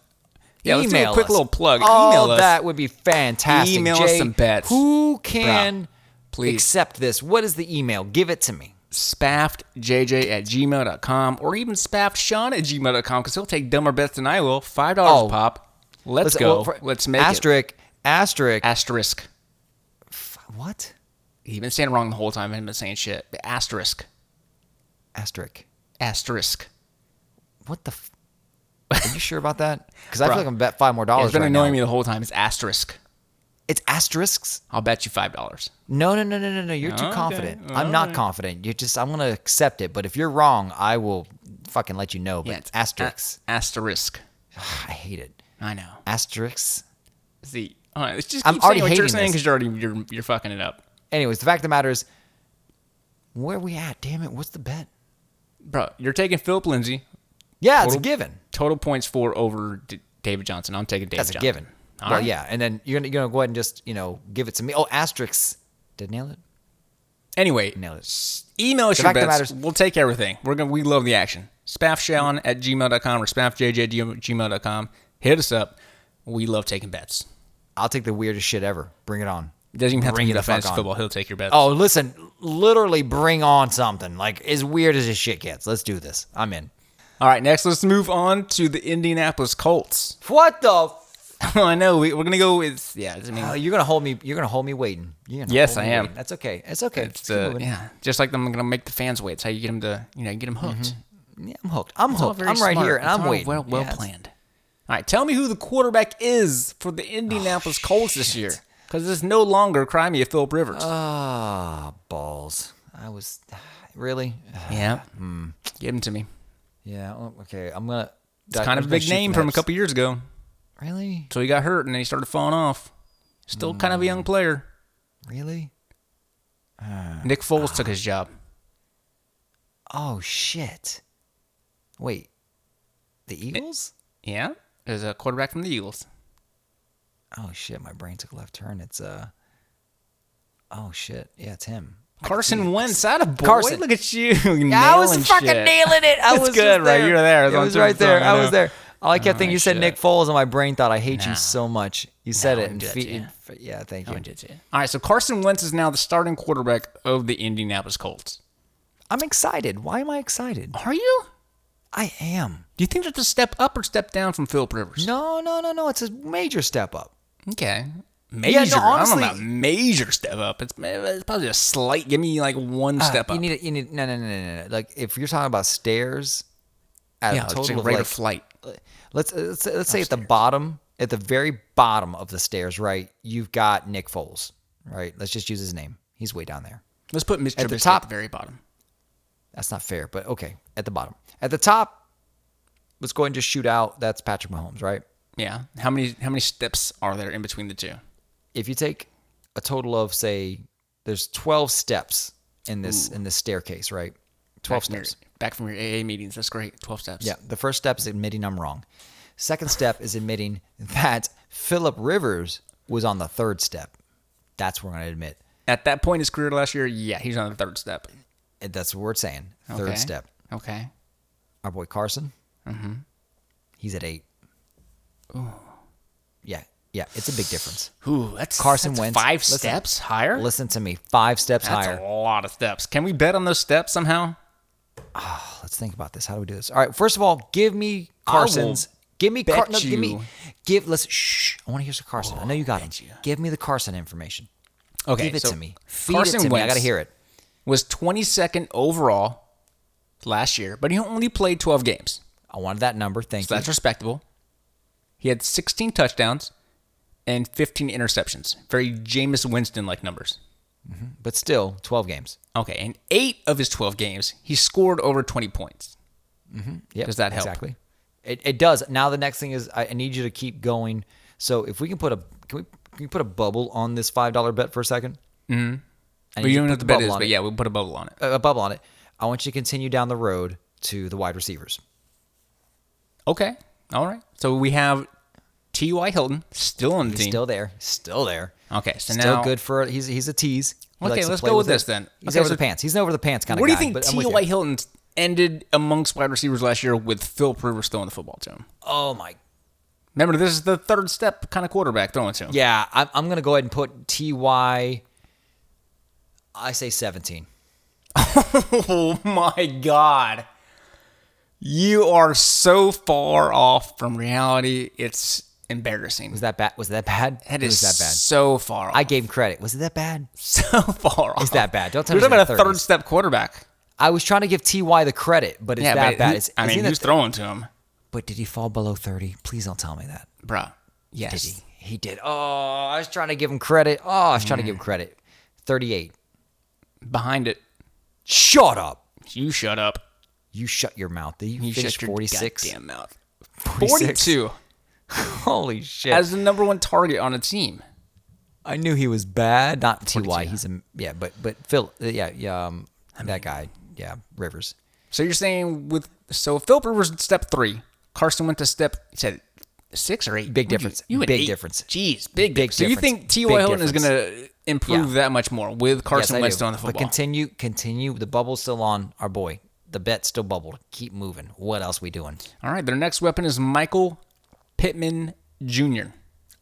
Speaker 2: Yeah, let's do
Speaker 1: email
Speaker 2: a quick
Speaker 1: us.
Speaker 2: little plug.
Speaker 1: All
Speaker 2: Email us.
Speaker 1: that would be fantastic.
Speaker 2: Email us
Speaker 1: Jay,
Speaker 2: some bets.
Speaker 1: Who can
Speaker 2: please.
Speaker 1: accept this? What is the email? Give it to me.
Speaker 2: spaffedjj at gmail.com or even spaffedshawn at gmail.com because he'll take dumber bets than I will. $5
Speaker 1: Oh.
Speaker 2: pop. Let's
Speaker 1: Listen,
Speaker 2: go.
Speaker 1: well, for-
Speaker 2: Let's make it.
Speaker 1: asterisk, asterisk.
Speaker 2: Asterisk.
Speaker 1: what?
Speaker 2: He's been saying it wrong the whole time. I haven't been saying shit. But asterisk.
Speaker 1: Asterisk.
Speaker 2: Asterisk.
Speaker 1: What the? F- Are you sure about that? Because I feel
Speaker 2: Bruh.
Speaker 1: like I'm bet five more dollars.
Speaker 2: Oh, It's been
Speaker 1: right
Speaker 2: annoying
Speaker 1: now.
Speaker 2: me the whole time. It's asterisk.
Speaker 1: It's asterisks.
Speaker 2: I'll bet you $5.
Speaker 1: No, no, no, no, no, no. You're too
Speaker 2: Okay,
Speaker 1: confident. I'm not confident. You're just. I'm gonna accept it. But if you're wrong, I will fucking let you know. But it's
Speaker 2: a-
Speaker 1: asterisks.
Speaker 2: asterisk.
Speaker 1: I hate it. I
Speaker 2: I know.
Speaker 1: Asterisks.
Speaker 2: See, all right, let's just keep
Speaker 1: I'm
Speaker 2: saying
Speaker 1: already
Speaker 2: what
Speaker 1: hating
Speaker 2: you're
Speaker 1: this.
Speaker 2: saying because you're already you're, you're fucking it up,
Speaker 1: Anyways, the fact of the matter is, where we at? Damn it! What's the bet?
Speaker 2: bro. You're taking Philip Lindsay
Speaker 1: Yeah, it's a
Speaker 2: Total-
Speaker 1: given.
Speaker 2: total points four over D- David Johnson. I'm taking David.
Speaker 1: That's a
Speaker 2: Johnson.
Speaker 1: given.
Speaker 2: All
Speaker 1: well,
Speaker 2: right.
Speaker 1: yeah, and then you're gonna, you're gonna go ahead and just you know give it to me. Oh, asterisks. Did I nail it?
Speaker 2: Anyway,
Speaker 1: Nailed it.
Speaker 2: email us
Speaker 1: The
Speaker 2: your
Speaker 1: fact of the
Speaker 2: bets.
Speaker 1: matter is-
Speaker 2: we'll take everything. We're gonna we love the action. Spaffshawn at gmail.com or spaffjj at gmail.com. Hit us up. We love taking bets.
Speaker 1: I'll take the weirdest shit ever. Bring it on.
Speaker 2: It doesn't even have
Speaker 1: Bring
Speaker 2: to be
Speaker 1: the
Speaker 2: the
Speaker 1: fuck
Speaker 2: fantasy
Speaker 1: on.
Speaker 2: football. He'll take your bets.
Speaker 1: Oh, listen, literally bring on something like as weird as this shit gets. Let's do this. I'm in.
Speaker 2: All right, next let's move on to the Indianapolis Colts.
Speaker 1: What the? F-
Speaker 2: I know we, we're gonna go with yeah. I mean,
Speaker 1: Oh, you're gonna hold me. You're gonna hold me waiting. You're gonna
Speaker 2: Mm. Yes,
Speaker 1: hold me
Speaker 2: I am.
Speaker 1: waiting. That's okay. It's okay.
Speaker 2: It's
Speaker 1: Just keep
Speaker 2: uh,
Speaker 1: moving.
Speaker 2: yeah, just like them gonna make the fans wait. It's how you get them to you know get them hooked.
Speaker 1: Yeah, I'm hooked. I'm
Speaker 2: It's all
Speaker 1: Mm-hmm. hooked.
Speaker 2: very
Speaker 1: I'm right
Speaker 2: smart.
Speaker 1: here, and
Speaker 2: It's
Speaker 1: I'm
Speaker 2: all
Speaker 1: waiting.
Speaker 2: Well, well
Speaker 1: Yes.
Speaker 2: planned. All right, tell me who the quarterback is for the Indianapolis
Speaker 1: Oh,
Speaker 2: Colts this year, because it's no longer Crimea Philip Rivers.
Speaker 1: Ah, balls. I was really.
Speaker 2: yeah,
Speaker 1: Hmm.
Speaker 2: give him to me.
Speaker 1: Yeah. oh, Okay. I'm gonna.
Speaker 2: It's kind of a big name from a couple years ago.
Speaker 1: Really?
Speaker 2: So he got hurt and then he started falling off. Still kind of a
Speaker 1: Hmm.
Speaker 2: young player.
Speaker 1: Really?
Speaker 2: Nick Foles took his job.
Speaker 1: Oh shit! Wait, the Eagles?
Speaker 2: Yeah, as a quarterback from the Eagles.
Speaker 1: oh shit! My brain took a left turn. It's uh. Oh shit! Yeah, it's him.
Speaker 2: Carson Wentz out of boy.
Speaker 1: Carson.
Speaker 2: Look at you. Nailing
Speaker 1: I was fucking
Speaker 2: shit.
Speaker 1: nailing it. I
Speaker 2: It's
Speaker 1: was just
Speaker 2: good, right?
Speaker 1: there.
Speaker 2: You were there.
Speaker 1: It
Speaker 2: Don't
Speaker 1: was
Speaker 2: turn
Speaker 1: right
Speaker 2: it
Speaker 1: there.
Speaker 2: on,
Speaker 1: I
Speaker 2: I
Speaker 1: was
Speaker 2: know.
Speaker 1: there. Oh, All I kept thinking, you said
Speaker 2: shit.
Speaker 1: Nick Foles, and my brain thought, "I hate you
Speaker 2: Nah.
Speaker 1: so much." You said
Speaker 2: I
Speaker 1: it, and
Speaker 2: wouldn't do that
Speaker 1: fe-
Speaker 2: to you.
Speaker 1: and fe- yeah, thank you.
Speaker 2: All right, so Carson Wentz is now the starting quarterback of the Indianapolis Colts.
Speaker 1: I'm excited. Why am I excited?
Speaker 2: Are you?
Speaker 1: I am.
Speaker 2: Do you think that's a step up or step down from Philip Rivers?
Speaker 1: No, no, no, no. It's a major step up.
Speaker 2: Okay. Major.
Speaker 1: Yeah, no,
Speaker 2: I don't know
Speaker 1: honestly-
Speaker 2: about major step up. It's, it's probably a slight. Give me like one step
Speaker 1: Uh, You
Speaker 2: up.
Speaker 1: need it. You need no, no, no, no, no. Like if you're talking about stairs, at
Speaker 2: yeah,
Speaker 1: a
Speaker 2: it's
Speaker 1: total of
Speaker 2: like rate
Speaker 1: like, uh,
Speaker 2: of flight.
Speaker 1: let's let's, say- let's say at the bottom, at the very bottom of the stairs, right? You've got Nick Foles, right? Let's just use his name. He's way down there.
Speaker 2: Let's put Mr. At the
Speaker 1: top.
Speaker 2: top, very bottom.
Speaker 1: That's not fair, but okay. At the bottom, at the top, let's go ahead and just shoot out. That's Patrick Mahomes, right?
Speaker 2: Yeah. How many how many steps are there in between the two?
Speaker 1: If you take a total of say, there's 12 steps in this in this staircase, right? 12
Speaker 2: Back from your-
Speaker 1: steps.
Speaker 2: back from your AA meetings. That's great. Twelve steps.
Speaker 1: Yeah. The first step is admitting I'm wrong. Second step is admitting that Philip Rivers was on the third step. That's what we're going to admit.
Speaker 2: At that point in his career last year, yeah, he's on the third step.
Speaker 1: And That's what we're saying. Third
Speaker 2: Okay.
Speaker 1: step.
Speaker 2: Okay.
Speaker 1: Our boy Carson. Mm-hmm. He's at eight. Oh. Yeah. Yeah. It's a big difference.
Speaker 2: Ooh, that's
Speaker 1: Carson
Speaker 2: that's
Speaker 1: Wentz.
Speaker 2: Five
Speaker 1: Listen.
Speaker 2: steps higher.
Speaker 1: Listen to me. Five steps
Speaker 2: That's
Speaker 1: higher.
Speaker 2: a lot of steps. Can we bet on those steps somehow?
Speaker 1: ah, let's think about this. How do we do this? All right. First of all, give me
Speaker 2: will
Speaker 1: Carson's. Give me Car-
Speaker 2: bet
Speaker 1: no, Give me.
Speaker 2: you- Oh,
Speaker 1: Give. Let's. Shh. I want to hear some Carson. I know you got him. Give me the Carson information.
Speaker 2: Okay,
Speaker 1: Give it
Speaker 2: so
Speaker 1: to me. Feed
Speaker 2: Carson
Speaker 1: it to me. I
Speaker 2: Wentz
Speaker 1: gotta hear it.
Speaker 2: Was 22nd overall last year, but he only played 12 games.
Speaker 1: I wanted that number. Thank
Speaker 2: So
Speaker 1: you.
Speaker 2: that's respectable. He had 16 touchdowns and 15 interceptions. Very Jameis Winston like numbers.
Speaker 1: But still, twelve games.
Speaker 2: Okay, in eight of his 12 games, he scored over 20 points.
Speaker 1: Yep,
Speaker 2: Does that help?
Speaker 1: Exactly. It, it does. Now the next thing is I I need you to keep going. So if we can put a can we can you put a bubble on this five dollar bet for a second? Mm-hmm.
Speaker 2: But you don't know what the bet is,
Speaker 1: on
Speaker 2: but
Speaker 1: it.
Speaker 2: yeah, we'll put a bubble on it.
Speaker 1: a a bubble on it. I want you to continue down the road to the wide receivers.
Speaker 2: Okay, all right. So we have T.Y. Hilton still on the
Speaker 1: He's
Speaker 2: team.
Speaker 1: still there. Still there.
Speaker 2: okay, so
Speaker 1: still
Speaker 2: now
Speaker 1: good for he's he's a tease. He
Speaker 2: Okay,
Speaker 1: likes to
Speaker 2: let's
Speaker 1: play
Speaker 2: go with
Speaker 1: it.
Speaker 2: this then.
Speaker 1: He's
Speaker 2: Okay,
Speaker 1: over
Speaker 2: so-
Speaker 1: the pants. He's an over the pants kind
Speaker 2: Where
Speaker 1: of
Speaker 2: do
Speaker 1: guy.
Speaker 2: you think
Speaker 1: but I'm with
Speaker 2: T.Y. Hilton ended amongst wide receivers last year with Phil Rivers throwing the football to him?
Speaker 1: Oh my.
Speaker 2: Remember, this is the third step kind of quarterback throwing to him.
Speaker 1: Yeah, I'm, I'm gonna go ahead and put Ty. I say 17.
Speaker 2: Oh my God. You are so far off from reality. It's embarrassing.
Speaker 1: Was that bad? Was that bad?
Speaker 2: That
Speaker 1: It
Speaker 2: is
Speaker 1: was that bad.
Speaker 2: so far off.
Speaker 1: I gave him credit. Was it that bad?
Speaker 2: so far off.
Speaker 1: It's that bad. Don't tell
Speaker 2: You're
Speaker 1: me
Speaker 2: talking
Speaker 1: it's in
Speaker 2: about a
Speaker 1: the
Speaker 2: third
Speaker 1: 30s.
Speaker 2: step quarterback.
Speaker 1: I was trying to give Ty the credit, but it's
Speaker 2: Yeah,
Speaker 1: that
Speaker 2: but
Speaker 1: bad.
Speaker 2: who-
Speaker 1: It's,
Speaker 2: I
Speaker 1: it's
Speaker 2: mean,
Speaker 1: in the
Speaker 2: who's
Speaker 1: th-
Speaker 2: throwing to him?
Speaker 1: but did he fall below 30? Please don't tell me that.
Speaker 2: Bruh. Yes.
Speaker 1: Did he? He did. Oh, I was trying to give him credit. Oh, I was trying to give him
Speaker 2: Mm.
Speaker 1: credit. 38.
Speaker 2: Behind it.
Speaker 1: Shut up.
Speaker 2: You shut up.
Speaker 1: You shut your mouth. Did you,
Speaker 2: You
Speaker 1: finish
Speaker 2: shut your
Speaker 1: 46?
Speaker 2: goddamn mouth.
Speaker 1: 46.
Speaker 2: 42
Speaker 1: Holy shit.
Speaker 2: as the number one target on a team.
Speaker 1: I knew he was bad. Not Ty.
Speaker 2: 42.
Speaker 1: He's a yeah, but but Phil. Yeah, yeah. Um, that guy. Yeah, Rivers.
Speaker 2: So you're saying with so Philip Rivers at step three, Carson went to step you said six or eight.
Speaker 1: Big
Speaker 2: What'd you-
Speaker 1: difference.
Speaker 2: You, had
Speaker 1: Big
Speaker 2: eight.
Speaker 1: difference.
Speaker 2: Jeez,
Speaker 1: Big
Speaker 2: big, difference. So you
Speaker 1: difference.
Speaker 2: think T.Y.
Speaker 1: Big
Speaker 2: Hilton is
Speaker 1: difference.
Speaker 2: going to improve
Speaker 1: Yeah.
Speaker 2: that much more with Carson
Speaker 1: yes, I
Speaker 2: Wentz
Speaker 1: do.
Speaker 2: throwing the football?
Speaker 1: But continue, continue. The bubble's still on our boy. The bet still bubbled. Keep moving. What else we doing?
Speaker 2: All right, their next weapon is Michael Pittman Jr.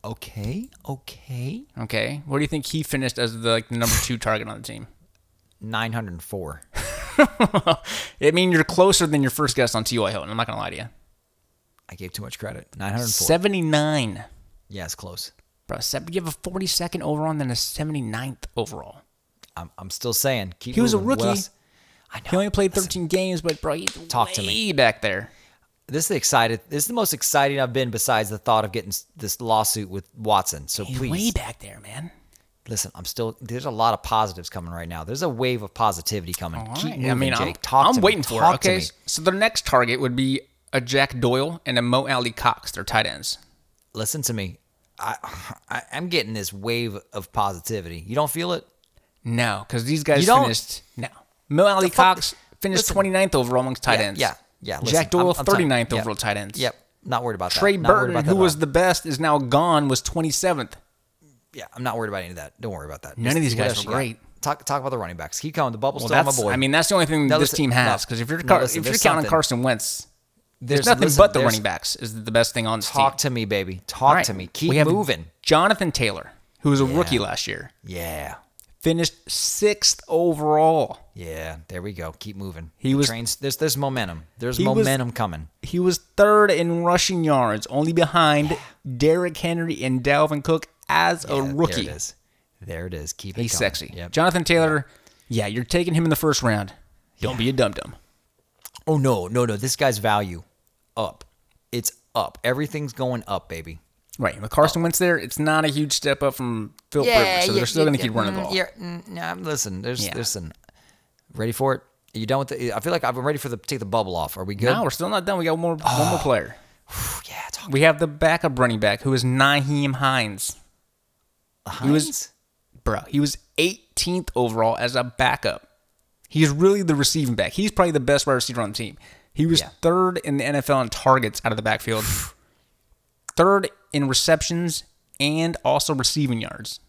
Speaker 1: Okay, okay.
Speaker 2: Okay, where do you think he finished as the like the number two target on the team?
Speaker 1: Nine hundred and four.
Speaker 2: I mean, you're closer than your first guess on T.Y. Hilton. I'm not going to lie to you.
Speaker 1: I gave too much credit. Nine hundred four.
Speaker 2: Seventy nine,
Speaker 1: Yeah, it's close.
Speaker 2: bro. Seven, you have a forty second overall and then a 79th overall.
Speaker 1: I'm, I'm still saying. Keep.
Speaker 2: He was a
Speaker 1: moving. What
Speaker 2: rookie.
Speaker 1: else? I know.
Speaker 2: He only played 13 games, but bro, he's
Speaker 1: Talk
Speaker 2: way
Speaker 1: to
Speaker 2: back there.
Speaker 1: This is the excited. This is the most exciting I've been besides the thought of getting s- this lawsuit with Watson. So
Speaker 2: He's
Speaker 1: please
Speaker 2: way back there, man.
Speaker 1: listen. I'm still. There's a lot of positives coming right now. There's a wave of positivity coming. Keep
Speaker 2: Alright,
Speaker 1: moving,
Speaker 2: I mean,
Speaker 1: Jake.
Speaker 2: I'm,
Speaker 1: Talk
Speaker 2: I'm
Speaker 1: to me.
Speaker 2: waiting for
Speaker 1: Talk
Speaker 2: it. Okay,
Speaker 1: to me.
Speaker 2: so their next target would be a Jack Doyle and a Mo Alley Cox, their tight ends.
Speaker 1: listen to me. I, I I'm getting this wave of positivity. You don't feel it?
Speaker 2: No, because these guys
Speaker 1: You don't-
Speaker 2: finished no. Mo Alley
Speaker 1: fuck-
Speaker 2: Cox finished
Speaker 1: listen.
Speaker 2: 29th overall amongst tight
Speaker 1: yeah,
Speaker 2: ends.
Speaker 1: Yeah. Yeah. listen,
Speaker 2: Jack Doyle,
Speaker 1: I'm- I'm telling-
Speaker 2: 39th
Speaker 1: yeah,
Speaker 2: overall tight ends.
Speaker 1: Yep. Not worried about that.
Speaker 2: Trey
Speaker 1: Not worried
Speaker 2: Burton,
Speaker 1: about that
Speaker 2: who
Speaker 1: at
Speaker 2: was
Speaker 1: all.
Speaker 2: the best, is now gone. Was 27th.
Speaker 1: Yeah, I'm not worried about any of that. Don't worry about that.
Speaker 2: None of these
Speaker 1: what
Speaker 2: guys
Speaker 1: else you
Speaker 2: were
Speaker 1: got?
Speaker 2: great.
Speaker 1: Talk talk about the running backs. Keep coming. The bubble's
Speaker 2: Well,
Speaker 1: still on my
Speaker 2: that's-
Speaker 1: boy.
Speaker 2: I mean, that's the only thing
Speaker 1: No,
Speaker 2: this
Speaker 1: listen,
Speaker 2: team has.
Speaker 1: no,
Speaker 2: Because if you're
Speaker 1: no,
Speaker 2: Car-
Speaker 1: listen,
Speaker 2: if you're
Speaker 1: there's
Speaker 2: counting
Speaker 1: something.
Speaker 2: Carson Wentz,
Speaker 1: There's-
Speaker 2: there's, nothing
Speaker 1: listen,
Speaker 2: but the
Speaker 1: there's-
Speaker 2: running backs is the best thing on this team.
Speaker 1: talk to me, baby. Talk
Speaker 2: All right.
Speaker 1: to me. Keep
Speaker 2: We have
Speaker 1: moving.
Speaker 2: Jonathan Taylor, who was a rookie last year,
Speaker 1: Yeah.
Speaker 2: finished sixth overall.
Speaker 1: Yeah. There we go. Keep moving.
Speaker 2: He
Speaker 1: The
Speaker 2: was-
Speaker 1: trains. There's there's momentum. There's
Speaker 2: He was-
Speaker 1: momentum coming.
Speaker 2: He was third in rushing yards, only behind Derrick Henry and Dalvin Cook as a
Speaker 1: Yeah,
Speaker 2: rookie.
Speaker 1: There it is. There it is. Keep it
Speaker 2: He's
Speaker 1: coming.
Speaker 2: sexy.
Speaker 1: Yep.
Speaker 2: Jonathan Taylor, yeah, you're taking him in the first round. Don't be a dum dum.
Speaker 1: Oh no, no, no. This guy's value up. It's up. Everything's going up, baby.
Speaker 2: Right. With
Speaker 1: Oh.
Speaker 2: Carson Wentz there, it's not a huge step up from Phil Rivers, so they're still going to keep running the ball.
Speaker 1: Yeah, mm, nah, listen, there's
Speaker 2: Yeah.
Speaker 1: listen. Ready for it? Are you done with the I feel like I'm ready for the take the bubble off. Are we good?
Speaker 2: No, we're still not done. We got one more, one
Speaker 1: Oh.
Speaker 2: more player.
Speaker 1: Yeah, talk
Speaker 2: We have the backup running back who is Naheem Hines. He was,
Speaker 1: Hines?
Speaker 2: bro, he was 18th overall as a backup. He's really the receiving back. He's probably the best wide receiver on the team. He was
Speaker 1: Yeah.
Speaker 2: third in the NFL in targets out of the backfield, third in receptions, and also receiving yards.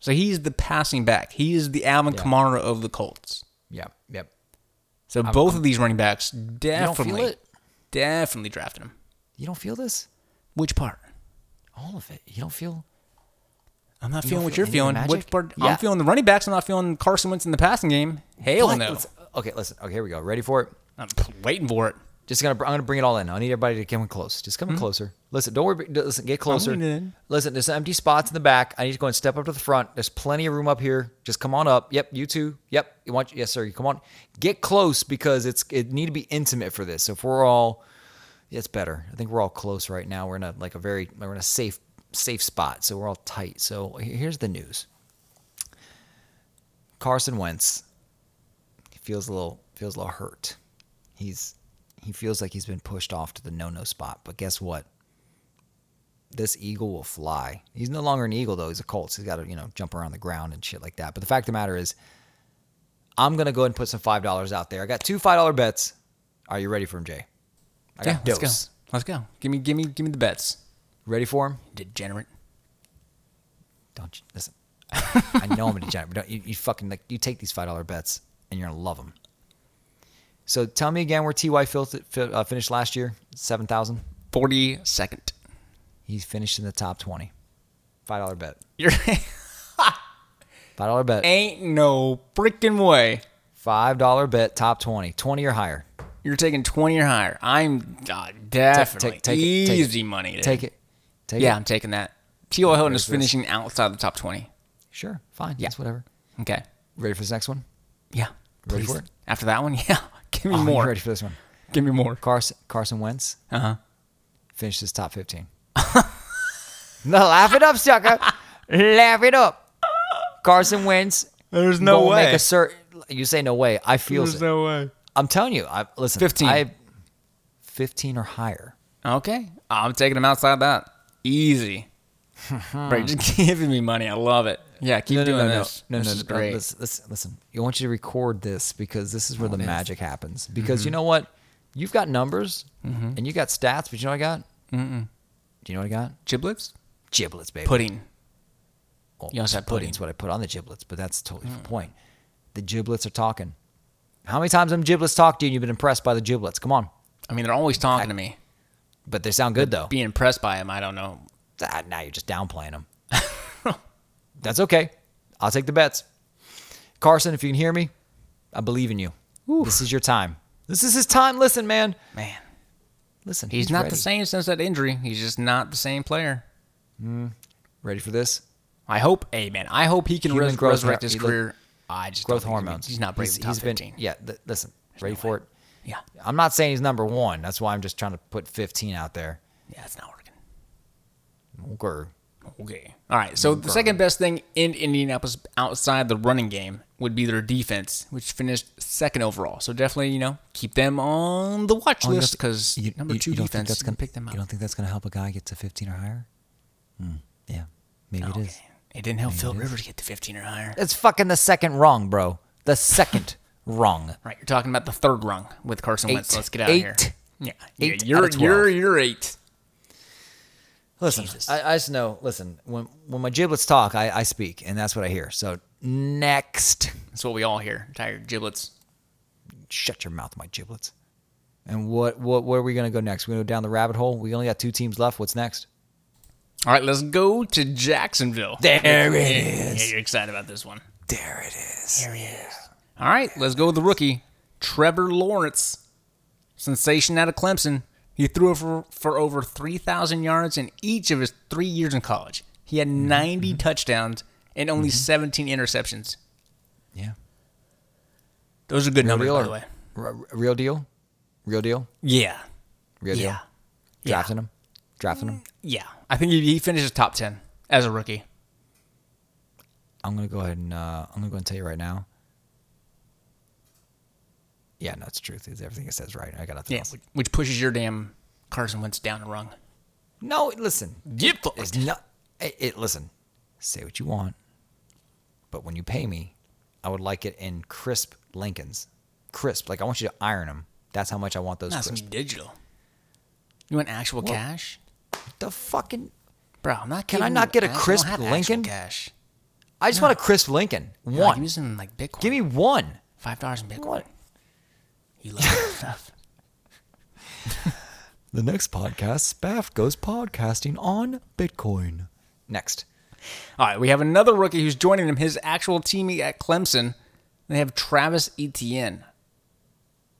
Speaker 2: So he's the passing back. He is the Alvin Kamara of the Colts.
Speaker 1: Yep, yep.
Speaker 2: So both of these running backs
Speaker 1: don't feel
Speaker 2: definitely,
Speaker 1: it?
Speaker 2: definitely drafted him.
Speaker 1: You don't feel this?
Speaker 2: Which part?
Speaker 1: All of it. You don't feel
Speaker 2: I'm not
Speaker 1: You
Speaker 2: feeling
Speaker 1: don't
Speaker 2: what
Speaker 1: feel
Speaker 2: you're
Speaker 1: any of
Speaker 2: feeling.
Speaker 1: the
Speaker 2: Which
Speaker 1: magic?
Speaker 2: part?
Speaker 1: Yeah.
Speaker 2: I'm feeling the running backs. I'm not feeling Carson Wentz in the passing game. Hell
Speaker 1: What?
Speaker 2: no.
Speaker 1: Let's- Okay, listen. Okay, here we go. Ready for it?
Speaker 2: I'm waiting for it.
Speaker 1: Just gonna, I'm gonna bring it all in. I need everybody to come in close. Just come in closer. Listen, don't worry. Listen, get closer.
Speaker 2: Coming in.
Speaker 1: Listen, there's empty spots in the back. I need to go and step up to the front. There's plenty of room up here. Just come on up. Yep, you two. Yep, you want? Yes, sir. You come on. Get close because it's it need to be intimate for this. So if we're all, it's better. I think we're all close right now. We're in a like a very we're in a safe safe spot. So we're all tight. So he- here's the news. Carson Wentz he feels a little feels a little hurt. He's he feels like he's been pushed off to the no-no spot. But guess what? This eagle will fly. He's no longer an eagle though. He's a colt. So he's got to you know jump around the ground and shit like that. But the fact of the matter is, I'm gonna go ahead and put some five dollars out there. I got two five dollar bets. Are you ready for him, Jay? I got
Speaker 2: let's
Speaker 1: dose.
Speaker 2: go. Let's go. Give me, give me, give me the bets.
Speaker 1: Ready for him?
Speaker 2: Degenerate.
Speaker 1: Don't you listen? I know I'm a degenerate, but don't you, you fucking like you take these five dollar bets and you're gonna love them. So tell me again where Ty fil- fil- uh, finished last year? Seven thousand.
Speaker 2: Forty second.
Speaker 1: He finished in the top twenty. Five dollar bet.
Speaker 2: You're
Speaker 1: Five dollar bet.
Speaker 2: ain't no freaking way.
Speaker 1: Five dollar bet. Top twenty. Twenty or higher.
Speaker 2: You're taking twenty or higher. I'm uh, definitely
Speaker 1: take- take it, take it.
Speaker 2: easy money. dude.
Speaker 1: Take it. Take
Speaker 2: Yeah,
Speaker 1: it.
Speaker 2: I'm taking that. T.O. Hilton
Speaker 1: There's
Speaker 2: is
Speaker 1: this.
Speaker 2: finishing outside the top twenty.
Speaker 1: Sure. Fine. Yes. Whatever.
Speaker 2: Okay.
Speaker 1: Ready for this next one?
Speaker 2: Yeah.
Speaker 1: Ready
Speaker 2: Please.
Speaker 1: for it?
Speaker 2: After that one, yeah. Give me
Speaker 1: Oh, you
Speaker 2: more.
Speaker 1: Ready for this one?
Speaker 2: Give me more.
Speaker 1: Carson Carson Wentz
Speaker 2: Uh huh.
Speaker 1: finished his top fifteen. no, laugh it up, sucker. laugh it up. Carson Wentz.
Speaker 2: There's no
Speaker 1: gonna
Speaker 2: way.
Speaker 1: Make a cert- you say no way. I feel it.
Speaker 2: no way.
Speaker 1: I'm telling you. I listen.
Speaker 2: 15.
Speaker 1: I, Fifteen or higher.
Speaker 2: Okay. I'm taking him outside that. Easy. Bro, you're just giving me money. I love it. Yeah, keep doing
Speaker 1: no,
Speaker 2: this.
Speaker 1: No, no,
Speaker 2: this
Speaker 1: no,
Speaker 2: is
Speaker 1: no,
Speaker 2: great. Oh,
Speaker 1: Listen, listen, listen. I want you to record this because this is where the magic happens.
Speaker 2: Mm-hmm.
Speaker 1: Because you know what? You've got numbers and you got stats, but you know what I got? Mm-mm. Do you know what I got?
Speaker 2: Giblets?
Speaker 1: Giblets, baby.
Speaker 2: Pudding.
Speaker 1: Well,
Speaker 2: You also
Speaker 1: it's
Speaker 2: have pudding.
Speaker 1: It's what I put on the giblets, but that's totally
Speaker 2: Hmm.
Speaker 1: the point. The giblets are talking. How many times them giblets talked to you and you've been impressed by the giblets? Come on.
Speaker 2: I mean, they're always talking to me.
Speaker 1: But they sound good, though.
Speaker 2: Being impressed by him, I don't know.
Speaker 1: Ah, now you're just downplaying them. that's okay. I'll take the bets. Carson, if you can hear me, I believe in you. This is your time. This is his time. Listen, man.
Speaker 2: Man,
Speaker 1: Listen.
Speaker 2: he's, not
Speaker 1: ready.
Speaker 2: the same since that injury. He's just not the same player.
Speaker 1: Ready for this?
Speaker 2: I hope, hey, man, I hope he can
Speaker 1: Human
Speaker 2: res-
Speaker 1: growth
Speaker 2: resurrect
Speaker 1: hor-
Speaker 2: his
Speaker 1: he look-
Speaker 2: career. I just don't
Speaker 1: Growth
Speaker 2: think he's gonna-
Speaker 1: hormones.
Speaker 2: He's not breaking the top
Speaker 1: he's been-
Speaker 2: 15.
Speaker 1: yeah. Th- listen. ready for it?
Speaker 2: yeah,
Speaker 1: I'm not saying he's number one. That's why I'm just trying to put 15 out there.
Speaker 2: yeah, it's not working.
Speaker 1: Okay.
Speaker 2: Okay. All right. So the second best thing in Indianapolis outside the running game would be their defense, which finished second overall. So definitely, you know, keep them on the
Speaker 1: Oh,
Speaker 2: watch list because number two
Speaker 1: don't think
Speaker 2: defense
Speaker 1: that's gonna
Speaker 2: pick them up.
Speaker 1: You don't think that's gonna help a guy get to 15 or higher? Hmm, Yeah, maybe
Speaker 2: Okay.
Speaker 1: it is.
Speaker 2: It didn't help Phil Rivers get to 15 or higher.
Speaker 1: It's fucking the second wrong, bro. The second wrong.
Speaker 2: Right. You're talking about the third rung with Carson Wentz.
Speaker 1: Eight.
Speaker 2: Let's get out of
Speaker 1: Eight.
Speaker 2: here. Yeah.
Speaker 1: Eight
Speaker 2: yeah you're,
Speaker 1: out of
Speaker 2: you're,
Speaker 1: 12.
Speaker 2: you're eight.
Speaker 1: Listen,
Speaker 2: Jesus.
Speaker 1: I, I just know. Listen, when when my giblets talk, I, I speak, and that's what I hear. So next,
Speaker 2: That's what we all hear. Tired giblets.
Speaker 1: shut your mouth, my giblets. And what what where are we gonna go next? We gonna go down the rabbit hole. We only got two teams left. What's next?
Speaker 2: All right. Let's go to Jacksonville.
Speaker 1: There it
Speaker 2: Yeah, you're excited about this one.
Speaker 1: There it is.
Speaker 2: There he is. All right, let's go with the rookie, Trevor Lawrence. Sensation out of Clemson. He threw for, for over 3,000 yards in each of his three years in college. He had
Speaker 1: Mm-hmm,
Speaker 2: 90 touchdowns and only 17 interceptions.
Speaker 1: Yeah.
Speaker 2: Those are good numbers,
Speaker 1: Real
Speaker 2: by
Speaker 1: or,
Speaker 2: the way.
Speaker 1: r- r- real deal, real deal,
Speaker 2: Yeah.
Speaker 1: real deal.
Speaker 2: Yeah.
Speaker 1: Drafting him, drafting him.
Speaker 2: Yeah. I think he, he finishes top 10 as a rookie.
Speaker 1: I'm gonna go ahead and uh, I'm gonna go and tell you right now. Yeah, no, it's the truth. It's everything it says right. I got nothing
Speaker 2: Yeah.
Speaker 1: else.
Speaker 2: Which, which pushes your damn Carson Wentz down a rung.
Speaker 1: No, listen.
Speaker 2: Get fucked.
Speaker 1: It's not. It, it- listen. Say what you want, but when you pay me, I would like it in crisp Lincolns, crisp. Like I want you to iron them. That's how much I want those.
Speaker 2: Not some
Speaker 1: crisp.
Speaker 2: digital. You want actual cash?
Speaker 1: The fucking.
Speaker 2: Bro, I'm not
Speaker 1: Can I
Speaker 2: giving
Speaker 1: not
Speaker 2: you
Speaker 1: get a
Speaker 2: cash. I don't
Speaker 1: crisp
Speaker 2: have actual
Speaker 1: Lincoln?
Speaker 2: Cash.
Speaker 1: I just want a crisp Lincoln.
Speaker 2: Yeah,
Speaker 1: One.
Speaker 2: Give me some like Bitcoin.
Speaker 1: Give me one.
Speaker 2: five dollars in Bitcoin.
Speaker 1: What?
Speaker 2: You love that stuff.
Speaker 1: The next podcast, Spaff goes podcasting on Bitcoin. Next.
Speaker 2: All right, we have another rookie who's joining him. His actual teammate at Clemson. They have Travis Etienne.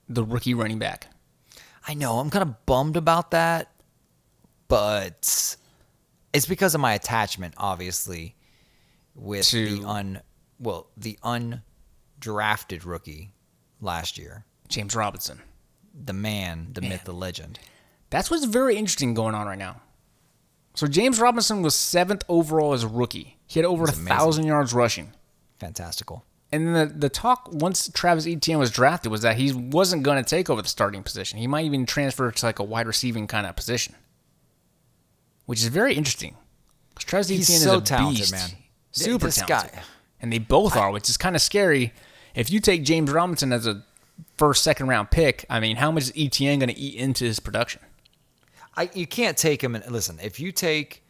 Speaker 2: the rookie running back.
Speaker 1: I know I'm kind of bummed about that, but it's because of my attachment, obviously, with
Speaker 2: To-
Speaker 1: the un well the undrafted rookie last year,
Speaker 2: James Robinson.
Speaker 1: the man, the myth, the legend.
Speaker 2: That's what's very interesting going on right now. So James Robinson was seventh overall as a rookie. He had over a
Speaker 1: That's amazing.
Speaker 2: thousand yards rushing.
Speaker 1: Fantastical.
Speaker 2: And then the, the talk once Travis Etienne was drafted was that he wasn't going to take over the starting position. He might even transfer to like a wide receiving kind of position, which is very interesting. 'Cause Travis
Speaker 1: He's
Speaker 2: Etienne
Speaker 1: so
Speaker 2: is a
Speaker 1: talented,
Speaker 2: beast.
Speaker 1: man. Th-
Speaker 2: Super
Speaker 1: this
Speaker 2: talented.
Speaker 1: guy-
Speaker 2: And they both are, which is kind of scary. If you take James Robinson as a first, second round pick, I mean, how much is Etienne going to eat into his production?
Speaker 1: I you can't take him and listen, if you take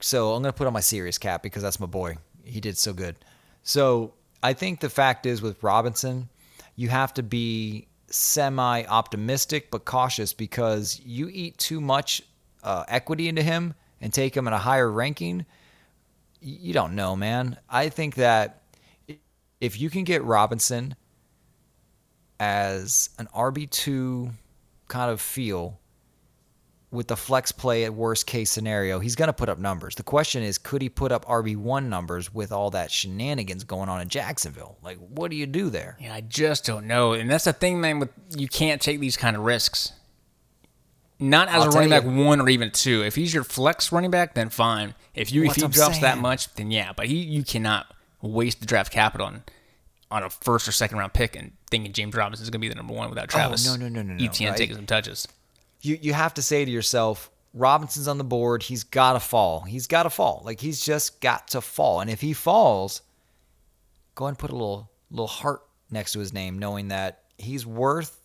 Speaker 1: so I'm gonna put on my serious cap because that's my boy. He did so good. So I think the fact is with Robinson, you have to be semi optimistic but cautious because you eat too much uh, equity into him and take him at a higher ranking. y- You don't know, man. I think that i- if you can get Robinson as an RB2 kind of feel, with the flex play at worst case scenario, he's going to put up numbers. The question is, could he put up RB1 numbers with all that shenanigans going on in Jacksonville? Like, what do you do there?
Speaker 2: Yeah, I just don't know. And that's the thing, man. With you can't take these kind of risks. Not as
Speaker 1: I'll
Speaker 2: a running
Speaker 1: tell
Speaker 2: back one or even two. If he's your flex running back, then fine. If you if
Speaker 1: What
Speaker 2: he
Speaker 1: I'm
Speaker 2: drops that
Speaker 1: saying.
Speaker 2: much, then yeah. But he you cannot waste the draft capital on on a first or second round pick and thinking James Robinson is going to be the number one without Travis.
Speaker 1: Oh, no, no, no, no, no,
Speaker 2: Etienne
Speaker 1: right?
Speaker 2: taking some touches.
Speaker 1: You you have to say to yourself, Robinson's on the board. He's got to fall. He's got to fall. Like he's just got to fall. And if he falls, go ahead and put a little little heart next to his name, knowing that he's worth.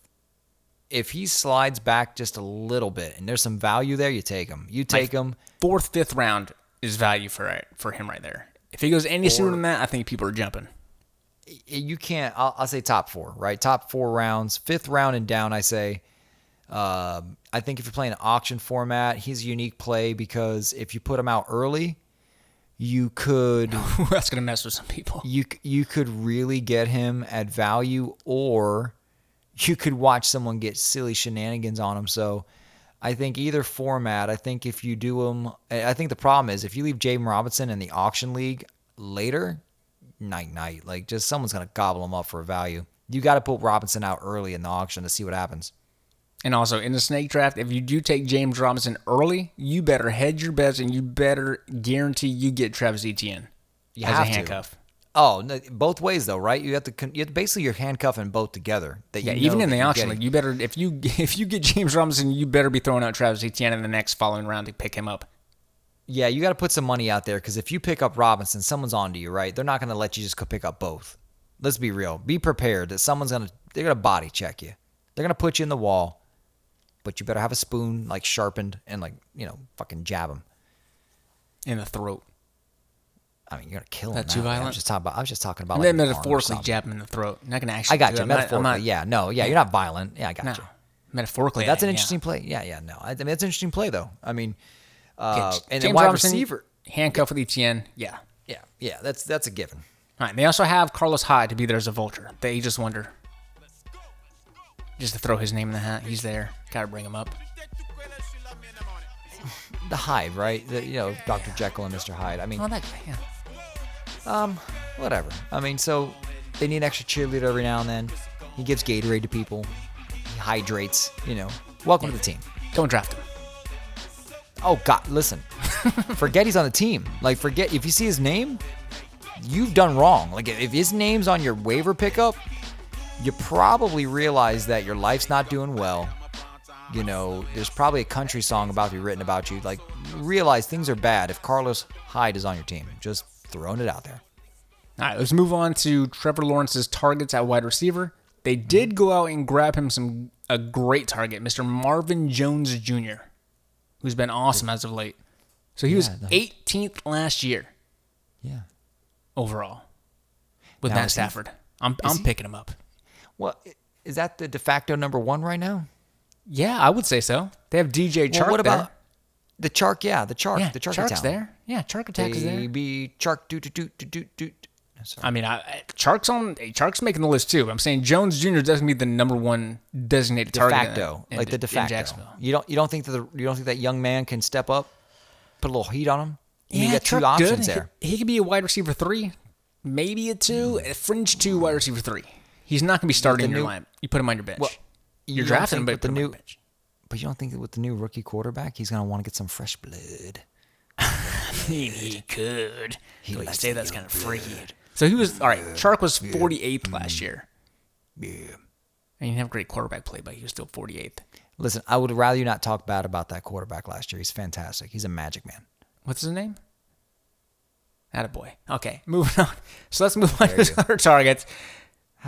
Speaker 1: If he slides back just a little bit and there's some value there, you take him. You take him.
Speaker 2: Fourth, fifth round is value for for him right there. If he goes any sooner than that, I think people are jumping.
Speaker 1: y- you can't I'll, I'll say top four right top four rounds fifth round and down i say um, i think if you're playing an auction format he's a unique play because if you put him out early you could
Speaker 2: that's going to mess with some people.
Speaker 1: you c- you could really get him at value or you could watch someone get silly shenanigans on him so I think either format, I think if you do him, I I think the problem is if you leave Jaden Robinson in the auction league later, night night, like just someone's going to gobble him up for value. You got to put Robinson out early in the auction to see what happens.
Speaker 2: And also in the snake draft, if you do take James Robinson early, you better hedge your bets and you better guarantee you get Travis Etienne
Speaker 1: You
Speaker 2: as
Speaker 1: have
Speaker 2: a
Speaker 1: to.
Speaker 2: handcuff.
Speaker 1: Oh, no, both ways though, right? You have to, con- you have to basically you're handcuffing both together. That
Speaker 2: Yeah,
Speaker 1: you
Speaker 2: even
Speaker 1: know
Speaker 2: in
Speaker 1: that
Speaker 2: the
Speaker 1: you're
Speaker 2: auction,
Speaker 1: getting.
Speaker 2: like you better if you if you get James Robinson, you better be throwing out Travis Etienne in the next following round to pick him up.
Speaker 1: Yeah, you got to put some money out there because if you pick up Robinson, someone's on to you, right? They're not going to let you just go pick up both. Let's be real. Be prepared that someone's going to they're going to body check you. They're going to put you in the wall, but you better have a spoon like sharpened and like you know fucking jab them.
Speaker 2: In the throat.
Speaker 1: I mean, you're going to kill them.
Speaker 2: That too
Speaker 1: I
Speaker 2: violent?
Speaker 1: was just talking about. I was just talking about.
Speaker 2: And
Speaker 1: Like
Speaker 2: then
Speaker 1: an arm or
Speaker 2: metaphorically
Speaker 1: something.
Speaker 2: jab him in the throat. Not gonna actually.
Speaker 1: I got
Speaker 2: do
Speaker 1: you.
Speaker 2: it. I'm not-
Speaker 1: metaphorically,
Speaker 2: I'm not-
Speaker 1: yeah. No, yeah. You're not violent. Yeah, I got
Speaker 2: no.
Speaker 1: you.
Speaker 2: Metaphorically.
Speaker 1: That's
Speaker 2: I
Speaker 1: an
Speaker 2: am, yeah.
Speaker 1: interesting play. Yeah, yeah. No, I, I mean, it's an interesting play though. I mean,
Speaker 2: Okay,
Speaker 1: uh,
Speaker 2: J-
Speaker 1: and then
Speaker 2: James
Speaker 1: wide
Speaker 2: Robinson,
Speaker 1: receiver.
Speaker 2: handcuff with Etienne. Yeah.
Speaker 1: Yeah, yeah. That's that's a given.
Speaker 2: All right. They also have Carlos Hyde to be there as a vulture. The Aegis Wonder. Just to throw his name in the hat. He's there. Got to bring him up.
Speaker 1: the Hyde, right? The, you know, Dr. Jekyll and Mr. Hyde. I mean,
Speaker 2: Oh, that guy. Yeah.
Speaker 1: whatever. I mean, so they need an extra cheerleader every now and then. He gives Gatorade to people. He hydrates. You know, welcome to the team.
Speaker 2: Don't draft him.
Speaker 1: Oh God, listen, forget he's on the team. Like, forget if you see his name, you've done wrong. Like, if his name's on your waiver pickup, you probably realize that your life's not doing well. You know, there's probably a country song about to be written about you. Like, realize things are bad if Carlos Hyde is on your team. Just throwing it out there.
Speaker 2: All right, let's move on to Trevor Lawrence's targets at wide receiver. They did go out and grab him some a great target, Mr. Marvin Jones Jr., who's been awesome as of late. So he was
Speaker 1: Yeah, no.
Speaker 2: 18th last year
Speaker 1: Yeah.
Speaker 2: overall with
Speaker 1: Now
Speaker 2: Matt
Speaker 1: is he-
Speaker 2: Stafford. I'm I'm picking him up.
Speaker 1: Well, i- is that the de facto number one right now?
Speaker 2: Yeah, I would say so. They have DJ Chark.
Speaker 1: Well, what
Speaker 2: there.
Speaker 1: about the Chark? Yeah, the Chark.
Speaker 2: yeah,
Speaker 1: the Chark
Speaker 2: Chark's
Speaker 1: Town.
Speaker 2: there? Yeah, Chark attack is there.
Speaker 1: Baby Chark. Doot doot doot doot doot. doot. Sorry.
Speaker 2: I mean, I, I- Chark's on. Chark's making the list too. But I'm saying Jones Jr. is going to be the number one designated
Speaker 1: de
Speaker 2: target in-
Speaker 1: facto,
Speaker 2: in-
Speaker 1: like the de
Speaker 2: in
Speaker 1: facto.
Speaker 2: Jacksonville.
Speaker 1: You don't you don't think that the, you don't think that young man can step up, put a little heat on him. I mean,
Speaker 2: Yeah,
Speaker 1: you got
Speaker 2: Chark
Speaker 1: two options
Speaker 2: good.
Speaker 1: there.
Speaker 2: He, he could be a wide receiver three, maybe a two, a fringe two wide receiver three. He's not going to be starting in your
Speaker 1: Hmm. new-
Speaker 2: lineup. You put him on your bench.
Speaker 1: Well, you
Speaker 2: You're
Speaker 1: don't
Speaker 2: drafting him,
Speaker 1: think with the
Speaker 2: but put him on
Speaker 1: new-
Speaker 2: your bench.
Speaker 1: But you don't think that with the new rookie quarterback, he's gonna want to get some fresh blood.
Speaker 2: Maybe he could. He
Speaker 1: likes
Speaker 2: say
Speaker 1: to
Speaker 2: that's
Speaker 1: be
Speaker 2: kind of freaky. So he was all right. Chark was 48th last year.
Speaker 1: Yeah.
Speaker 2: And he didn't have great quarterback play, but he was still 48th.
Speaker 1: Listen, I would rather you not talk bad about that quarterback last year. He's fantastic. He's a magic man.
Speaker 2: What's his name? Attaboy. Okay, moving on. So let's move on to his other targets.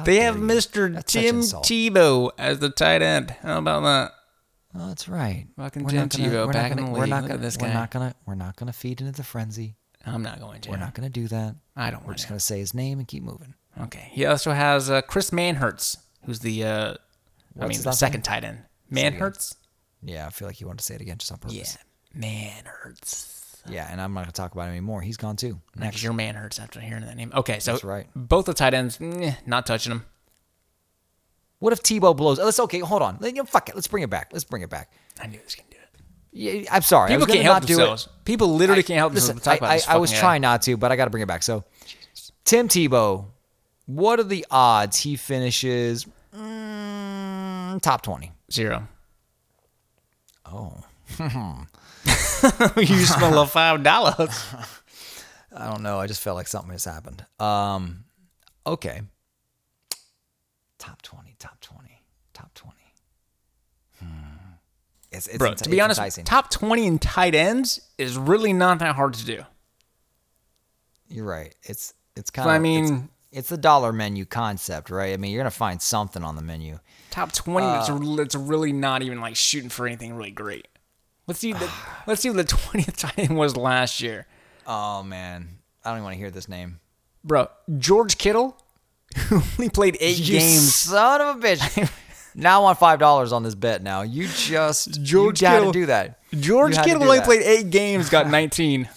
Speaker 2: they
Speaker 1: dare
Speaker 2: have
Speaker 1: you.
Speaker 2: Mr.
Speaker 1: That's such
Speaker 2: Tim
Speaker 1: insult.
Speaker 2: Tebow as the tight end. How about that?
Speaker 1: Oh, that's right.
Speaker 2: Fucking
Speaker 1: We're not
Speaker 2: Tim
Speaker 1: gonna-
Speaker 2: Tebow
Speaker 1: we're not
Speaker 2: back in
Speaker 1: gonna-
Speaker 2: the
Speaker 1: We're
Speaker 2: league.
Speaker 1: not
Speaker 2: Look
Speaker 1: gonna.
Speaker 2: at this
Speaker 1: we're
Speaker 2: guy.
Speaker 1: not gonna. We're not gonna feed into the frenzy.
Speaker 2: I'm not going to.
Speaker 1: We're not gonna do that.
Speaker 2: I don't
Speaker 1: We're
Speaker 2: want
Speaker 1: just
Speaker 2: to.
Speaker 1: gonna say his name and keep moving.
Speaker 2: Okay. He also has uh, Chris Manhertz, who's the, uh, I
Speaker 1: What's
Speaker 2: mean,
Speaker 1: his
Speaker 2: the
Speaker 1: last
Speaker 2: second tight end. Manhertz?
Speaker 1: Yeah, I feel like you wanted to say it again just on
Speaker 2: Yeah.
Speaker 1: purpose.
Speaker 2: Manhertz.
Speaker 1: Yeah. Yeah, and I'm not gonna talk about it anymore. He's gone too. Next.
Speaker 2: Because your man hurts after hearing that name. Okay, so
Speaker 1: That's right.
Speaker 2: both the tight ends, eh, not touching them.
Speaker 1: What if Tebow blows? Let's okay. Hold on. Let- you know, Fuck it. Let's bring it back. Let's bring it back.
Speaker 2: I knew this can do it.
Speaker 1: Yeah, I'm sorry. I
Speaker 2: People
Speaker 1: was gonna
Speaker 2: can't help
Speaker 1: not do it.
Speaker 2: themselves. People literally can't help
Speaker 1: Listen,
Speaker 2: themselves. but
Speaker 1: I,
Speaker 2: talk about
Speaker 1: I-
Speaker 2: this
Speaker 1: I was
Speaker 2: fucking guy.
Speaker 1: trying not to, but I got to bring it back. So, Tim Tebow, what are the odds he finishes mm, top twenty?
Speaker 2: Zero.
Speaker 1: Oh,
Speaker 2: you smell of five dollars.
Speaker 1: I don't know. I just felt like something has happened. Um, okay. Top twenty. Top twenty. Top twenty. Hmm. It's, it's
Speaker 2: Bro,
Speaker 1: enti-
Speaker 2: to be
Speaker 1: it's
Speaker 2: honest,
Speaker 1: enticing.
Speaker 2: top 20 in tight ends is really not that hard to do.
Speaker 1: You're right. It's it's kind of.
Speaker 2: I
Speaker 1: it's,
Speaker 2: mean-
Speaker 1: it's the dollar menu concept, right? I mean, you're gonna find something on the menu.
Speaker 2: Top 20, it's,
Speaker 1: uh,
Speaker 2: a- it's really not even like shooting for anything really great. Let's see, the, let's see what the 20th tight end was last year.
Speaker 1: Oh man, I don't even want to hear this name.
Speaker 2: Bro, George Kittle, who only played eight
Speaker 1: You
Speaker 2: games.
Speaker 1: son of a bitch. now I want five dollars on this bet. Now you just George
Speaker 2: George
Speaker 1: you had
Speaker 2: Kittle-
Speaker 1: to do that.
Speaker 2: George
Speaker 1: You had to
Speaker 2: Kittle
Speaker 1: do
Speaker 2: only
Speaker 1: that.
Speaker 2: played eight games, got 19.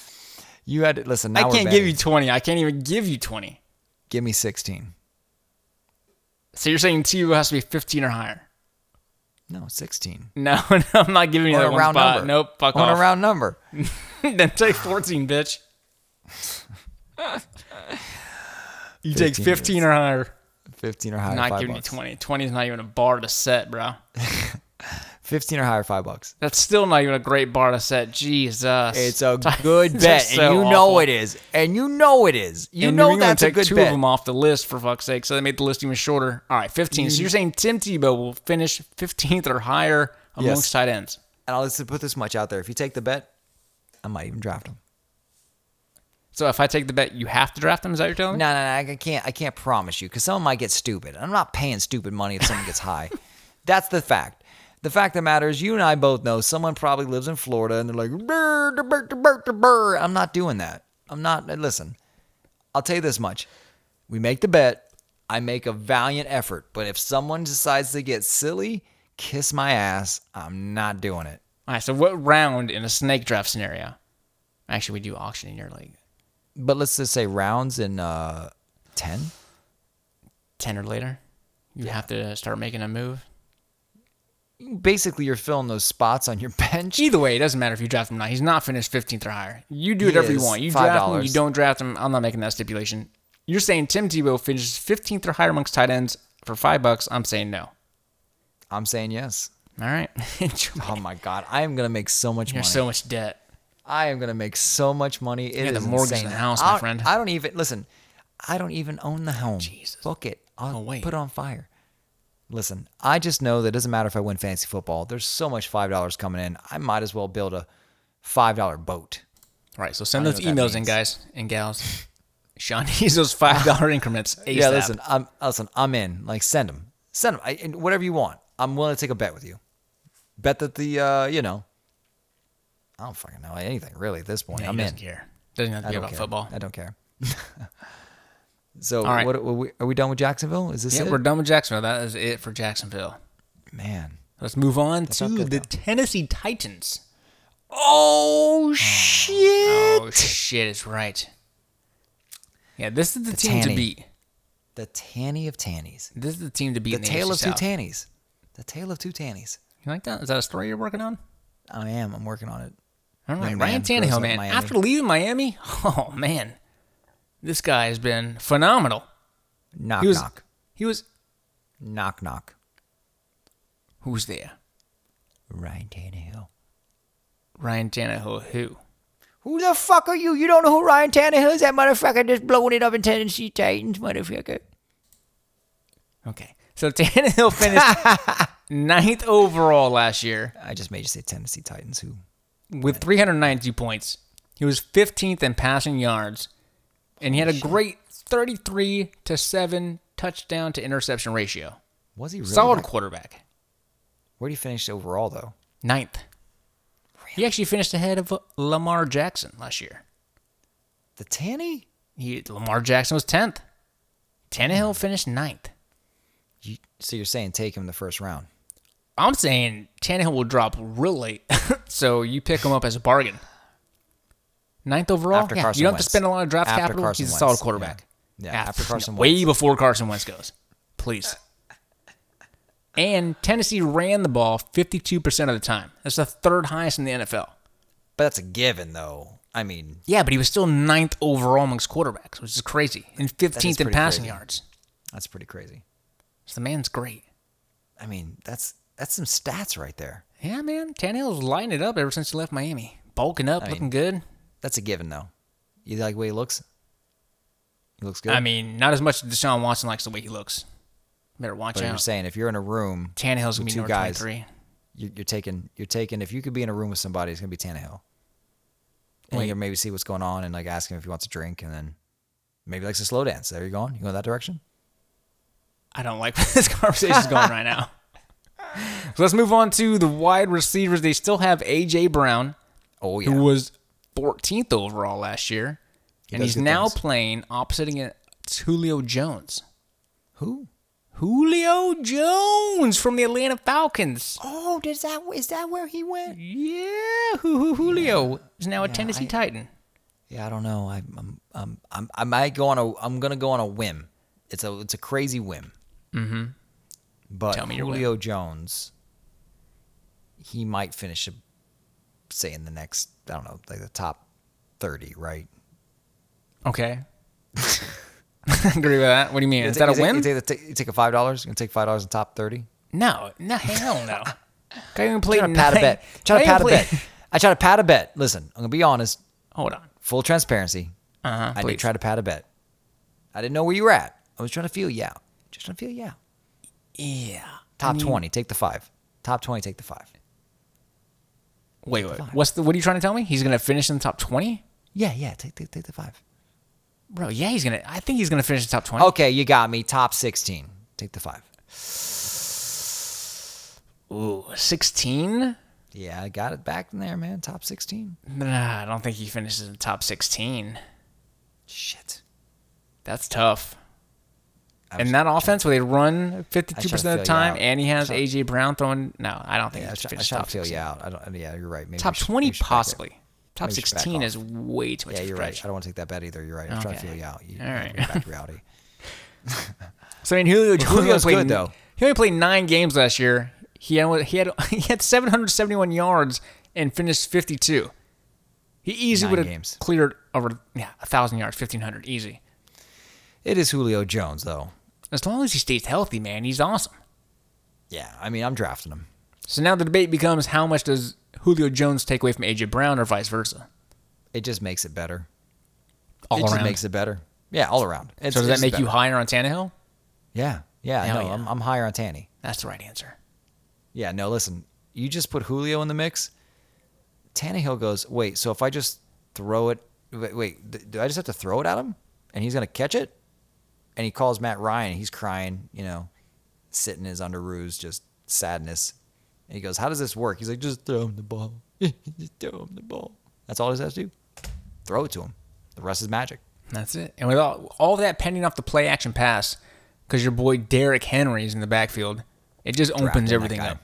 Speaker 1: You had to listen.
Speaker 2: I
Speaker 1: Now
Speaker 2: can't give you 20. I can't even give you 20.
Speaker 1: Give me sixteen.
Speaker 2: So you're saying Tebow has to be 15 or higher?
Speaker 1: No, sixteen.
Speaker 2: No, no, I'm not giving you
Speaker 1: On
Speaker 2: that
Speaker 1: a
Speaker 2: one
Speaker 1: round
Speaker 2: spot.
Speaker 1: number.
Speaker 2: Nope, fuck
Speaker 1: On
Speaker 2: off.
Speaker 1: a round number.
Speaker 2: then take 14, bitch. you take
Speaker 1: 15
Speaker 2: 15 or higher.
Speaker 1: Fifteen or higher.
Speaker 2: not
Speaker 1: five
Speaker 2: giving
Speaker 1: bucks.
Speaker 2: you 20. 20 is not even a bar to set, bro.
Speaker 1: Fifteen or higher. Five bucks.
Speaker 2: That's still not even a great bar to set. Jesus.
Speaker 1: It's a
Speaker 2: That's
Speaker 1: good
Speaker 2: just
Speaker 1: bet,
Speaker 2: so
Speaker 1: and you know
Speaker 2: awful.
Speaker 1: it is, and you know it is. You
Speaker 2: and New
Speaker 1: know
Speaker 2: England
Speaker 1: that's a
Speaker 2: took
Speaker 1: good
Speaker 2: two of
Speaker 1: bet.
Speaker 2: them off the list for fuck's sake, so they made the list even shorter. All right, 15. So you're saying Tim Tebow will finish 15th or higher amongst
Speaker 1: Yes.
Speaker 2: tight ends?
Speaker 1: And I'll just put this much out there: if you take the bet, I might even draft him.
Speaker 2: So if I take the bet, you have to draft him. Is that what you're telling me?
Speaker 1: No, no, no, I can't. I can't promise you because someone might get stupid. I'm not paying stupid money if someone gets high. That's the fact. The fact that matters, you and I both know someone probably lives in Florida and they're like, burr, da, burr, da, burr, da, burr." I'm not doing that. I'm not. uh, Listen, I'll tell you this much. We make the bet. I make a valiant effort. But if someone decides to get silly, kiss my ass. I'm not doing it.
Speaker 2: All right. So what round in a snake draft scenario? Actually, we do auction in your league,
Speaker 1: But let's just say rounds in uh, 10.
Speaker 2: 10 or later. You have to start making a move.
Speaker 1: Basically, you're filling those spots on your bench.
Speaker 2: Either way, it doesn't matter if you draft him or not. He's not finished 15th or higher. You do whatever you
Speaker 1: is.
Speaker 2: want. You
Speaker 1: Five
Speaker 2: draft him, you
Speaker 1: dollars.
Speaker 2: don't draft him. I'm not making that stipulation. You're saying Tim Tebow finishes 15th or higher amongst tight ends for five bucks. I'm saying no.
Speaker 1: I'm saying yes.
Speaker 2: All right. Enjoy.
Speaker 1: Oh my god, I am gonna make so much
Speaker 2: You're
Speaker 1: money.
Speaker 2: so much debt.
Speaker 1: I am gonna make so much money. It is
Speaker 2: got the mortgage
Speaker 1: insane.
Speaker 2: on the house,
Speaker 1: I
Speaker 2: my
Speaker 1: don't-
Speaker 2: friend.
Speaker 1: I don't even listen. I don't even own the home.
Speaker 2: Jesus.
Speaker 1: Book it. I'll
Speaker 2: Oh, wait.
Speaker 1: put it on fire. Listen, I just know that it doesn't matter if I win fantasy football. There's so much five dollars coming in. I might as well build a five dollar boat.
Speaker 2: All right. So send
Speaker 1: I know
Speaker 2: those
Speaker 1: what that
Speaker 2: emails in,
Speaker 1: means.
Speaker 2: guys and gals. Sean needs those five dollar increments. ASAP.
Speaker 1: Yeah, listen, I'm listen. I'm in. Like, send them, send them, I, and whatever you want. I'm willing to take a bet with you. Bet that the uh, you know, I don't fucking know anything really at this point.
Speaker 2: Yeah, he
Speaker 1: I'm in.
Speaker 2: doesn't care. Doesn't have to
Speaker 1: I
Speaker 2: be
Speaker 1: don't
Speaker 2: about
Speaker 1: care.
Speaker 2: football.
Speaker 1: I don't care. so,
Speaker 2: All right.
Speaker 1: what, what we, are we done with Jacksonville? Is this
Speaker 2: Yeah,
Speaker 1: it?
Speaker 2: we're done with Jacksonville. That is it for Jacksonville.
Speaker 1: Man.
Speaker 2: Let's move on
Speaker 1: not
Speaker 2: to
Speaker 1: good,
Speaker 2: the
Speaker 1: though.
Speaker 2: Tennessee Titans.
Speaker 1: Oh shit!
Speaker 2: Oh shit! It's right. Yeah, this is the,
Speaker 1: The
Speaker 2: team
Speaker 1: tanny.
Speaker 2: to beat.
Speaker 1: The tanny of tannies.
Speaker 2: This is the team to beat.
Speaker 1: The
Speaker 2: in
Speaker 1: tale
Speaker 2: AFC
Speaker 1: of two
Speaker 2: South.
Speaker 1: tannies. The tale of two tannies.
Speaker 2: You like that? Is that a story you're working on?
Speaker 1: I am. I'm working on it.
Speaker 2: All right,
Speaker 1: Young
Speaker 2: Ryan
Speaker 1: man grows
Speaker 2: Tannehill,
Speaker 1: up
Speaker 2: man.
Speaker 1: in Miami.
Speaker 2: After leaving Miami, oh man, this guy has been phenomenal.
Speaker 1: Knock
Speaker 2: He was,
Speaker 1: knock.
Speaker 2: he was.
Speaker 1: Knock knock.
Speaker 2: Who's there?
Speaker 1: Ryan Tannehill.
Speaker 2: Ryan Tannehill. Who?
Speaker 1: Who the fuck are you? You don't know who Ryan Tannehill is? That motherfucker just blowing it up in Tennessee Titans, motherfucker.
Speaker 2: Okay, so Tannehill finished ninth overall last year
Speaker 1: I just made you say Tennessee Titans. Who?
Speaker 2: with 392 points. He was 15th in passing yards, and he had a great 33 to seven touchdown to interception ratio.
Speaker 1: Was he really?
Speaker 2: Solid
Speaker 1: that-
Speaker 2: quarterback.
Speaker 1: Where did he finish overall, though?
Speaker 2: Ninth. He actually finished ahead of Lamar Jackson last year.
Speaker 1: The Tanny?
Speaker 2: He Lamar Jackson was tenth.
Speaker 1: Hmm.
Speaker 2: Tannehill finished ninth.
Speaker 1: You, so you're saying take him in the first round?
Speaker 2: I'm saying Tannehill will drop real late, so you pick him up as a bargain. Ninth overall.
Speaker 1: After
Speaker 2: yeah,
Speaker 1: Carson
Speaker 2: you don't have
Speaker 1: Wentz.
Speaker 2: to spend a lot of draft
Speaker 1: After
Speaker 2: capital.
Speaker 1: Carson
Speaker 2: He's a
Speaker 1: Wentz,
Speaker 2: solid
Speaker 1: yeah.
Speaker 2: quarterback.
Speaker 1: Yeah, after Carson
Speaker 2: way before Carson Wentz goes. Please. and Tennessee ran the ball 52% of the time. That's the third highest in the NFL.
Speaker 1: But that's a given, though. I mean,
Speaker 2: Yeah, but he was still ninth overall amongst quarterbacks, which is crazy, and 15th in
Speaker 1: pretty
Speaker 2: passing
Speaker 1: crazy.
Speaker 2: yards.
Speaker 1: that's pretty crazy.
Speaker 2: So the man's great.
Speaker 1: I mean, that's that's some stats right there.
Speaker 2: Yeah, man. Tannehill's lighting it up ever since he left Miami. Bulking up, looking good.
Speaker 1: That's a given, though. You like the way he looks? He looks good.
Speaker 2: I mean, not as much as Deshaun Watson likes the way he looks. Better watch
Speaker 1: but I'm
Speaker 2: out.
Speaker 1: just saying, if you're in a room,
Speaker 2: Tannehill's
Speaker 1: with
Speaker 2: gonna be
Speaker 1: two
Speaker 2: number
Speaker 1: guys.
Speaker 2: twenty-three.
Speaker 1: you're, you're taking you're taking. If you could be in a room with somebody, it's gonna be Tannehill. And
Speaker 2: Wait.
Speaker 1: you can maybe see what's going on and like ask him if he wants a drink, and then maybe likes a slow dance. There you going? You go that direction?
Speaker 2: I don't like where this conversation's going right now. So let's move on to the wide receivers. They still have AJ Brown,
Speaker 1: Oh yeah.
Speaker 2: who was 14th overall last year, and
Speaker 1: does
Speaker 2: he's
Speaker 1: good
Speaker 2: now
Speaker 1: things.
Speaker 2: playing opposite against Julio Jones.
Speaker 1: Who?
Speaker 2: Julio Jones from the Atlanta Falcons.
Speaker 1: Oh, does that is that where he went?
Speaker 2: Yeah, Ju- Ju- Julio is now a Tennessee Titan.
Speaker 1: Yeah, I don't know. I, I'm, I'm, I'm, I might go on a. I'm gonna go on a whim. It's a, it's a crazy whim. Mm-hmm. But
Speaker 2: Tell me your
Speaker 1: Julio Jones, he might finish, say, in the next. I don't know, like the top thirty, right?
Speaker 2: Okay. I agree with that. What do you mean? Is that a
Speaker 1: You take-
Speaker 2: win?
Speaker 1: You take, the- you take a five dollars. You gonna take five dollars in top thirty?
Speaker 2: No, no, hell no. Guy even played
Speaker 1: Trying to pat a
Speaker 2: nine-
Speaker 1: bet. Trying to
Speaker 2: guy
Speaker 1: pat
Speaker 2: even
Speaker 1: a
Speaker 2: played-
Speaker 1: bet. I try to pat a bet. Listen, I'm gonna be honest.
Speaker 2: Hold on.
Speaker 1: Full transparency.
Speaker 2: Uh-huh,
Speaker 1: I
Speaker 2: please.
Speaker 1: did try to pat a bet. I didn't know where you were at. I was trying to feel you out. Just trying to feel you out.
Speaker 2: Yeah.
Speaker 1: Top 20, take the five. Top 20, take the five.
Speaker 2: Wait, wait. What's the? What are you trying to tell me? He's gonna finish in the top twenty,
Speaker 1: Yeah, yeah, take, take, take the five.
Speaker 2: bro? Yeah, he's gonna. I think he's gonna finish in the top twenty.
Speaker 1: Okay, you got me. Top 16, take the five.
Speaker 2: Ooh, sixteen.
Speaker 1: Yeah, I got it back in there, man. Top 16.
Speaker 2: Nah, I don't think he finishes in the top sixteen.
Speaker 1: Shit.
Speaker 2: That's tough.
Speaker 1: I was-
Speaker 2: And that offense where they run
Speaker 1: I
Speaker 2: fifty-two
Speaker 1: was trying to feel
Speaker 2: percent of the
Speaker 1: you
Speaker 2: time,
Speaker 1: out.
Speaker 2: and he has AJ Brown throwing. No, I don't think
Speaker 1: Yeah, I was try- I
Speaker 2: he's
Speaker 1: was
Speaker 2: finished
Speaker 1: trying
Speaker 2: top
Speaker 1: to feel you
Speaker 2: 16.
Speaker 1: out. I don't, yeah, you're right. Maybe
Speaker 2: Top
Speaker 1: we should-
Speaker 2: twenty,
Speaker 1: maybe we should back off.
Speaker 2: possibly. Top
Speaker 1: Maybe we should back
Speaker 2: sixteen
Speaker 1: off.
Speaker 2: is way too much.
Speaker 1: Yeah,
Speaker 2: to
Speaker 1: you're
Speaker 2: finish.
Speaker 1: right. I don't want to take that bet either. You're right. I'm trying to
Speaker 2: Okay.
Speaker 1: feel you out. You,
Speaker 2: All
Speaker 1: you
Speaker 2: right.
Speaker 1: bring Back to reality.
Speaker 2: So I mean, Julio Jones
Speaker 1: Julio's
Speaker 2: only played
Speaker 1: good, though.
Speaker 2: He only played nine games last year. He had he had he had 771 yards and finished 52. He easily
Speaker 1: Nine
Speaker 2: would have
Speaker 1: games.
Speaker 2: cleared over yeah thousand yards, 1500 easy.
Speaker 1: It is Julio Jones, though.
Speaker 2: As long as he stays healthy, man, he's awesome.
Speaker 1: Yeah, I mean, I'm drafting him.
Speaker 2: So now the debate becomes how much does Julio Jones take away from AJ Brown or vice versa?
Speaker 1: It just makes it better.
Speaker 2: All
Speaker 1: it
Speaker 2: around.
Speaker 1: just makes it better. Yeah, all around. It's,
Speaker 2: so does that
Speaker 1: it's
Speaker 2: make you
Speaker 1: better.
Speaker 2: higher on Tannehill?
Speaker 1: Yeah, yeah.
Speaker 2: Hell
Speaker 1: No,
Speaker 2: yeah.
Speaker 1: I'm, I'm higher on Tanny.
Speaker 2: That's the right answer.
Speaker 1: Yeah, no. Listen, you just put Julio in the mix. Tannehill goes, wait. So if I just throw it, wait, wait th- do I just have to throw it at him and he's gonna catch it? And he calls Matt Ryan. and He's crying, you know, sitting in his underoos, just sadness. And he goes, how does this work? He's like, just throw him the ball. just throw him the ball. That's all he has to do. Throw it to him. The rest is magic.
Speaker 2: That's it. And with all, all that pending off the play action pass, because your boy Derrick Henry's in the backfield, it just
Speaker 1: Draft him,
Speaker 2: opens
Speaker 1: that
Speaker 2: everything
Speaker 1: guy.
Speaker 2: up.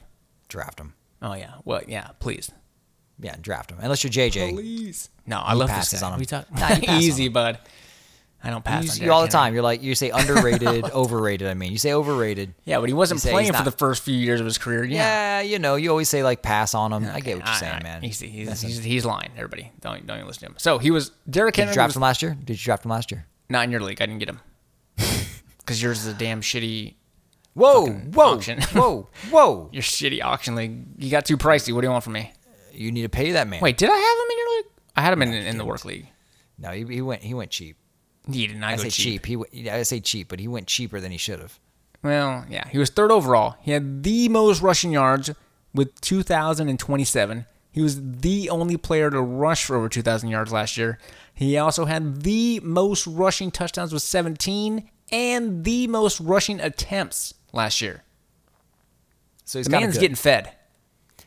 Speaker 1: Draft him.
Speaker 2: Oh yeah. Well, yeah. Please.
Speaker 1: Yeah, draft him. Unless you're JJ.
Speaker 2: Please. No, I love
Speaker 1: passes
Speaker 2: this guy.
Speaker 1: on him.
Speaker 2: We talk
Speaker 1: Nah, he passes
Speaker 2: easy,
Speaker 1: on
Speaker 2: bud. I don't
Speaker 1: You,
Speaker 2: pass on
Speaker 1: s-
Speaker 2: Derrick
Speaker 1: you all the
Speaker 2: Henry.
Speaker 1: time. You're like you say underrated, overrated. I mean, you say overrated.
Speaker 2: Yeah, but he wasn't
Speaker 1: You say he's
Speaker 2: playing for
Speaker 1: not-
Speaker 2: the first few years of his career.
Speaker 1: Yeah,
Speaker 2: Yeah,
Speaker 1: you know, you always say like pass on him. I get what you're
Speaker 2: I-
Speaker 1: saying,
Speaker 2: I-
Speaker 1: man.
Speaker 2: He's,
Speaker 1: Did
Speaker 2: he's, he's, he's lying. Everybody, don't don't even listen to him. So he was Derrick
Speaker 1: you
Speaker 2: Henry
Speaker 1: draft
Speaker 2: was
Speaker 1: him last year? Did you draft him last year?
Speaker 2: not in your league. I didn't get him because yours is a damn shitty
Speaker 1: Whoa, whoa,
Speaker 2: auction.
Speaker 1: whoa, whoa!
Speaker 2: your shitty auction league. You got too pricey. What do you want from me?
Speaker 1: You need to pay that man.
Speaker 2: Wait, did I have him in your league? I had him in in the work league.
Speaker 1: no, he, he went he went cheap.
Speaker 2: He did not
Speaker 1: I
Speaker 2: go
Speaker 1: say
Speaker 2: cheap.
Speaker 1: cheap. He went, I say cheap, but he went cheaper than he should have.
Speaker 2: Well, yeah, he was third overall. He had the most rushing yards with 2,027. He was the only player to rush for over 2,000 yards last year. He also had the most rushing touchdowns with 17 and the most rushing attempts last year.
Speaker 1: So he's
Speaker 2: The
Speaker 1: kind
Speaker 2: man's
Speaker 1: of
Speaker 2: getting
Speaker 1: good.
Speaker 2: fed.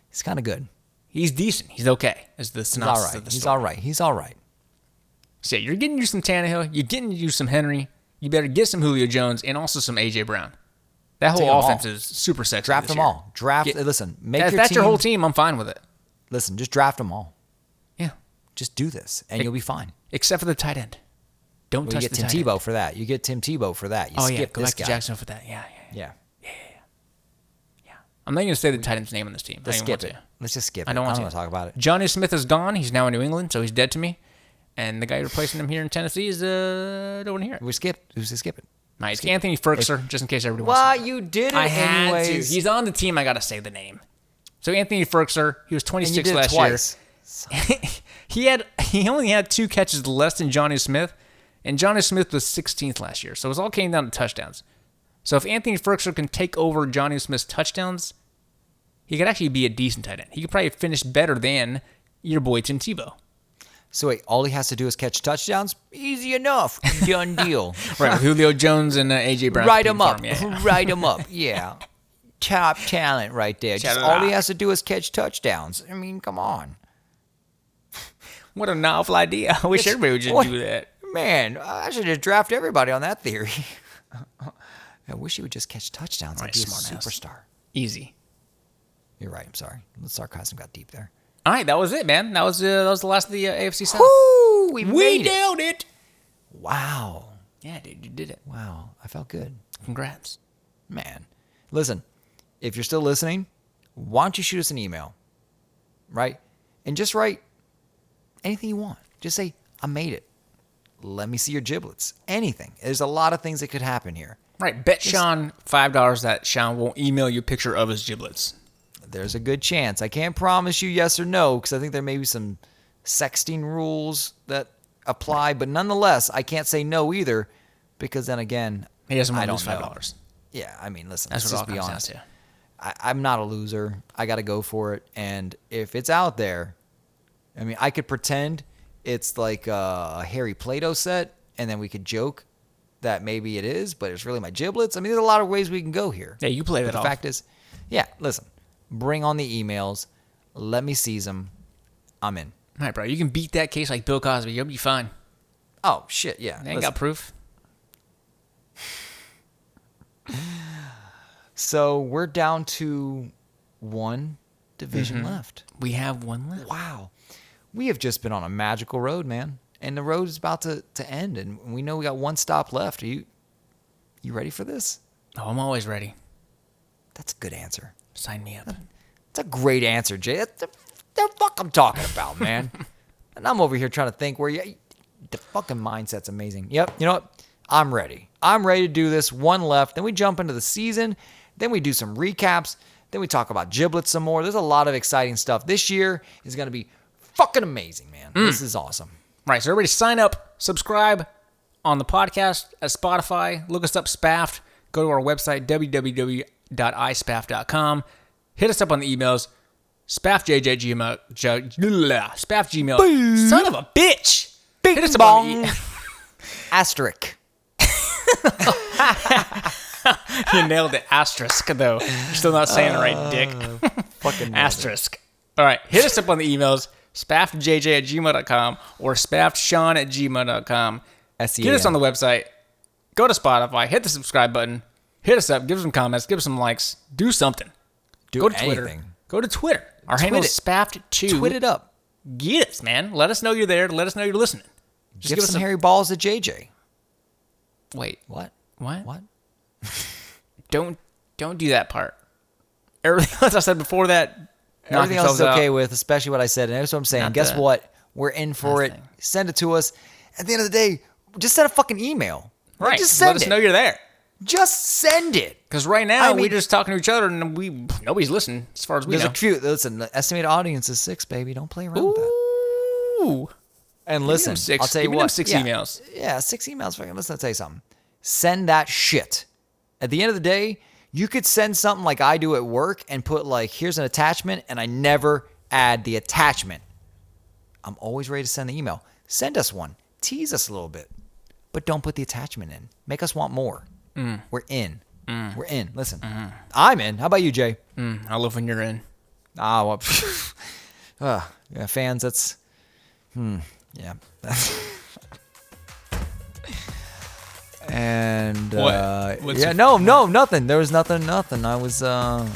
Speaker 1: He's kind of good.
Speaker 2: He's decent. He's okay. Is the
Speaker 1: He's all
Speaker 2: synopsis
Speaker 1: right.
Speaker 2: of the
Speaker 1: He's
Speaker 2: story.
Speaker 1: all right. He's all right.
Speaker 2: So yeah, you're getting you some Tannehill. You're getting you some Henry. You better get some Julio Jones and also some AJ Brown. That
Speaker 1: Take
Speaker 2: whole
Speaker 1: 'em
Speaker 2: offense
Speaker 1: all.
Speaker 2: is super sexy.
Speaker 1: Draft
Speaker 2: this
Speaker 1: them
Speaker 2: year.
Speaker 1: all. Draft.
Speaker 2: Get-
Speaker 1: listen, make
Speaker 2: If
Speaker 1: your
Speaker 2: that's
Speaker 1: team,
Speaker 2: your whole team, I'm fine with it.
Speaker 1: Listen, just draft them all.
Speaker 2: Yeah.
Speaker 1: Just do this, and you'll be fine.
Speaker 2: Except for the tight end. Don't
Speaker 1: Well,
Speaker 2: touch
Speaker 1: you get
Speaker 2: the
Speaker 1: Tim
Speaker 2: tight end.
Speaker 1: Tebow for that. You get Tim Tebow for that. You
Speaker 2: Oh
Speaker 1: skip
Speaker 2: yeah, go
Speaker 1: this
Speaker 2: back to
Speaker 1: guy.
Speaker 2: Jackson for that. Yeah, yeah, yeah.
Speaker 1: Yeah.
Speaker 2: I'm not gonna say the tight end's name on this team.
Speaker 1: Let's
Speaker 2: I don't even
Speaker 1: skip it.
Speaker 2: want to.
Speaker 1: Let's just skip it.
Speaker 2: I don't want to.
Speaker 1: talk about it.
Speaker 2: Johnny Smith is gone. He's now in New England, so he's dead to me. And the guy replacing him here in Tennessee is uh don't want to hear it.
Speaker 1: We skipped. We just skip it.
Speaker 2: Nice. Anthony Ferkser, just in case everybody wants to.
Speaker 1: Well, you did it
Speaker 2: I had
Speaker 1: anyways.
Speaker 2: to. He's on the team. I gotta say the name. So Anthony Ferkser, he was
Speaker 1: and you
Speaker 2: 26
Speaker 1: did it
Speaker 2: last
Speaker 1: twice.
Speaker 2: year. he had he only had two catches less than Johnny Smith, and Johnny Smith was 16th last year. So it all came down to touchdowns. So if Anthony Ferkser can take over Johnny Smith's touchdowns, he could actually be a decent tight end. He could probably finish better than your boy Tim Tebow.
Speaker 1: So wait, all he has to do is catch touchdowns. Easy enough. Done deal.
Speaker 2: Right, with Julio Jones and uh, AJ Brown.
Speaker 1: Write
Speaker 2: competing
Speaker 1: him
Speaker 2: for
Speaker 1: up.
Speaker 2: him. Yeah, yeah.
Speaker 1: Write him up. Yeah. Top talent right there. Just all he has to do is catch touchdowns. I mean, come on.
Speaker 2: What a novel idea! I wish
Speaker 1: It's-
Speaker 2: everybody would just
Speaker 1: what-
Speaker 2: do that.
Speaker 1: Man, I should just draft everybody on that theory. I wish he would just catch touchdowns. I'd
Speaker 2: Right,
Speaker 1: be a
Speaker 2: smartass.
Speaker 1: superstar.
Speaker 2: Easy.
Speaker 1: You're right. I'm sorry. The sarcasm got deep there.
Speaker 2: All right, that was it, man. That was uh, that was the last of the uh, AFC South.
Speaker 1: Woo! We,
Speaker 2: We
Speaker 1: made it.
Speaker 2: nailed it.
Speaker 1: Wow.
Speaker 2: Yeah, dude, you did it.
Speaker 1: Wow. I felt good.
Speaker 2: Congrats.
Speaker 1: Man. Listen, if you're still listening, why don't you shoot us an email? Right? And just write anything you want. Just say, I made it. Let me see your giblets. Anything. There's a lot of things that could happen here.
Speaker 2: Right, bet Sean five dollars that Sean won't email you a picture of his giblets.
Speaker 1: There's a good chance. I can't promise you yes or no because I think there may be some sexting rules that apply, but nonetheless, I can't say no either because then again,
Speaker 2: He doesn't
Speaker 1: I
Speaker 2: want to
Speaker 1: don't
Speaker 2: lose five
Speaker 1: know.
Speaker 2: dollars.
Speaker 1: Yeah, I mean, listen, let's
Speaker 2: That's what it
Speaker 1: just
Speaker 2: all
Speaker 1: be
Speaker 2: comes down
Speaker 1: honest.
Speaker 2: to.
Speaker 1: I, I'm not a loser. I got to go for it. And if it's out there, I mean, I could pretend it's like a Harry Play-Doh set, and then we could joke that maybe it is, but it's really my giblets. I mean, there's a lot of ways we can go here.
Speaker 2: Yeah, you play
Speaker 1: But
Speaker 2: that
Speaker 1: the
Speaker 2: off.
Speaker 1: fact is, yeah, listen, bring on the emails. Let me seize them. I'm in.
Speaker 2: All right, bro, you can beat that case like Bill Cosby. You'll be fine.
Speaker 1: Oh, shit, yeah.
Speaker 2: They ain't
Speaker 1: listen.
Speaker 2: got proof.
Speaker 1: So we're down to one division
Speaker 2: Mm-hmm.
Speaker 1: left.
Speaker 2: We have one left.
Speaker 1: wow, we have just been on a magical road, man. And the road is about to, to end, and we know we got one stop left. Are you you ready for this?
Speaker 2: Oh, I'm always ready.
Speaker 1: That's a good answer.
Speaker 2: Sign me up.
Speaker 1: That's a great answer, Jay. That's the, the fuck I'm talking about, man. and I'm over here trying to think where you. The fucking mindset's amazing. Yep. You know what? I'm ready. I'm ready to do this. One left. Then we jump into the season. Then we do some recaps. Then we talk about giblets some more. There's a lot of exciting stuff. This year is going to be fucking amazing, man. This is awesome.
Speaker 2: Right, so everybody sign up, subscribe on the podcast at Spotify, look us up, Spaffed, go to our website, www.ispaff.com, hit us up on the emails, spaffjjgmail, spaffgmail, son of a bitch! Hit us up on the
Speaker 1: bong.
Speaker 2: e-
Speaker 1: Asterisk.
Speaker 2: you nailed it, asterisk, though. You're still not saying it right, dick.
Speaker 1: Fucking nailed it.
Speaker 2: asterisk. All right, hit us up on the emails, spaffjj at gmail.com or spaffshawn at gmail.com.
Speaker 1: S-E-A-N.
Speaker 2: Get us on the website, go to Spotify, hit the subscribe button, hit us up, give us some comments, give us some likes, do something.
Speaker 1: Do
Speaker 2: go to Twitter.
Speaker 1: anything.
Speaker 2: Go to Twitter. Our handle
Speaker 1: Tweet
Speaker 2: is spaffed2.
Speaker 1: Twit it up.
Speaker 2: Get us, man. Let us know you're there. Let us know you're listening. Just
Speaker 1: Give,
Speaker 2: give us
Speaker 1: some
Speaker 2: a-
Speaker 1: hairy balls to JJ.
Speaker 2: Wait,
Speaker 1: What?
Speaker 2: what?
Speaker 1: What?
Speaker 2: Don't don't do that part. Everything else I said before that. knock
Speaker 1: Everything else is
Speaker 2: yourselves
Speaker 1: okay
Speaker 2: out.
Speaker 1: with, especially what I said. And that's what I'm saying.
Speaker 2: Not
Speaker 1: Guess
Speaker 2: the-
Speaker 1: what? We're in for it.
Speaker 2: Nothing.
Speaker 1: Send it to us. At the end of the day, just send a fucking email. Like,
Speaker 2: Right.
Speaker 1: Just send
Speaker 2: Let us
Speaker 1: it.
Speaker 2: know you're there.
Speaker 1: just send it.
Speaker 2: Because right now
Speaker 1: I mean-
Speaker 2: we're just talking to each other and we nobody's listening as far as we
Speaker 1: There's
Speaker 2: know.
Speaker 1: a few. Listen, the estimated audience is six, baby. Don't play around with that.
Speaker 2: Ooh.
Speaker 1: And
Speaker 2: me them
Speaker 1: listen,
Speaker 2: six-
Speaker 1: I'll tell you
Speaker 2: give me
Speaker 1: what.
Speaker 2: them six
Speaker 1: yeah,
Speaker 2: emails.
Speaker 1: Yeah, six emails. Fucking listen, I'll tell you something. Send that shit. At the end of the day, you could send something like I do at work and put like, here's an attachment, and I never add the attachment. I'm always ready to send the email. Send us one. Tease us a little bit, but don't put the attachment in. Make us want more.
Speaker 2: Mm.
Speaker 1: We're in. We're in. Listen,
Speaker 2: Mm-hmm.
Speaker 1: I'm in. How about you, Jay?
Speaker 2: Mm, I love when you're in.
Speaker 1: Ah, well, uh, yeah, fans, that's. Hmm. Yeah. and
Speaker 3: What?
Speaker 1: uh,
Speaker 3: What's
Speaker 1: yeah,
Speaker 3: your-
Speaker 1: no, no, nothing. There was nothing, nothing. I was. Uh...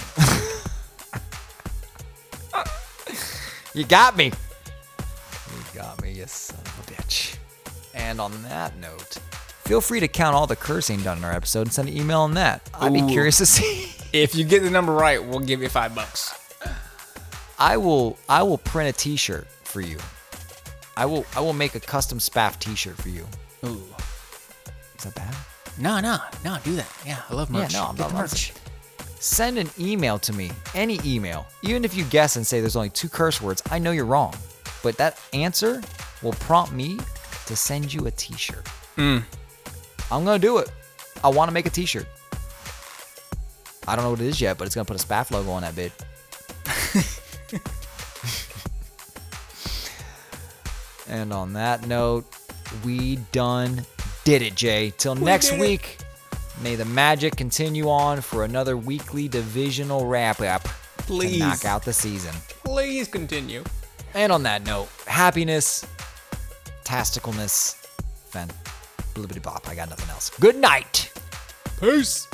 Speaker 1: you got me. You got me, you son of a bitch. And on that note, feel free to count all the cursing done in our episode and send an email on that. I'd be
Speaker 2: Ooh.
Speaker 1: curious to see.
Speaker 2: If you get the number right, we'll give you five bucks.
Speaker 1: I will I will print a t-shirt for you. I will I will make a custom spaff t-shirt for you.
Speaker 2: Ooh.
Speaker 1: Is that bad?
Speaker 2: No, no, no, do that. Yeah, I love merch.
Speaker 1: Yeah, no, I'm
Speaker 2: Get
Speaker 1: not
Speaker 2: the
Speaker 1: merch. Send an email to me, any email. Even if you guess and say there's only two curse words, I know you're wrong. But that answer will prompt me to send you a t-shirt. I'm gonna do it. I wanna make a t-shirt. I don't know what it is yet, but it's gonna put a spaff logo on that bit. And on that note, we done did it, Jay. Till next
Speaker 2: did it.
Speaker 1: week, may the magic continue on for another weekly divisional wrap up to
Speaker 2: Please.
Speaker 1: knock out the season.
Speaker 2: Please continue.
Speaker 1: And on that note, happiness, tasticalness, fan, blibbity bop. I got nothing else. Good night.
Speaker 2: Peace.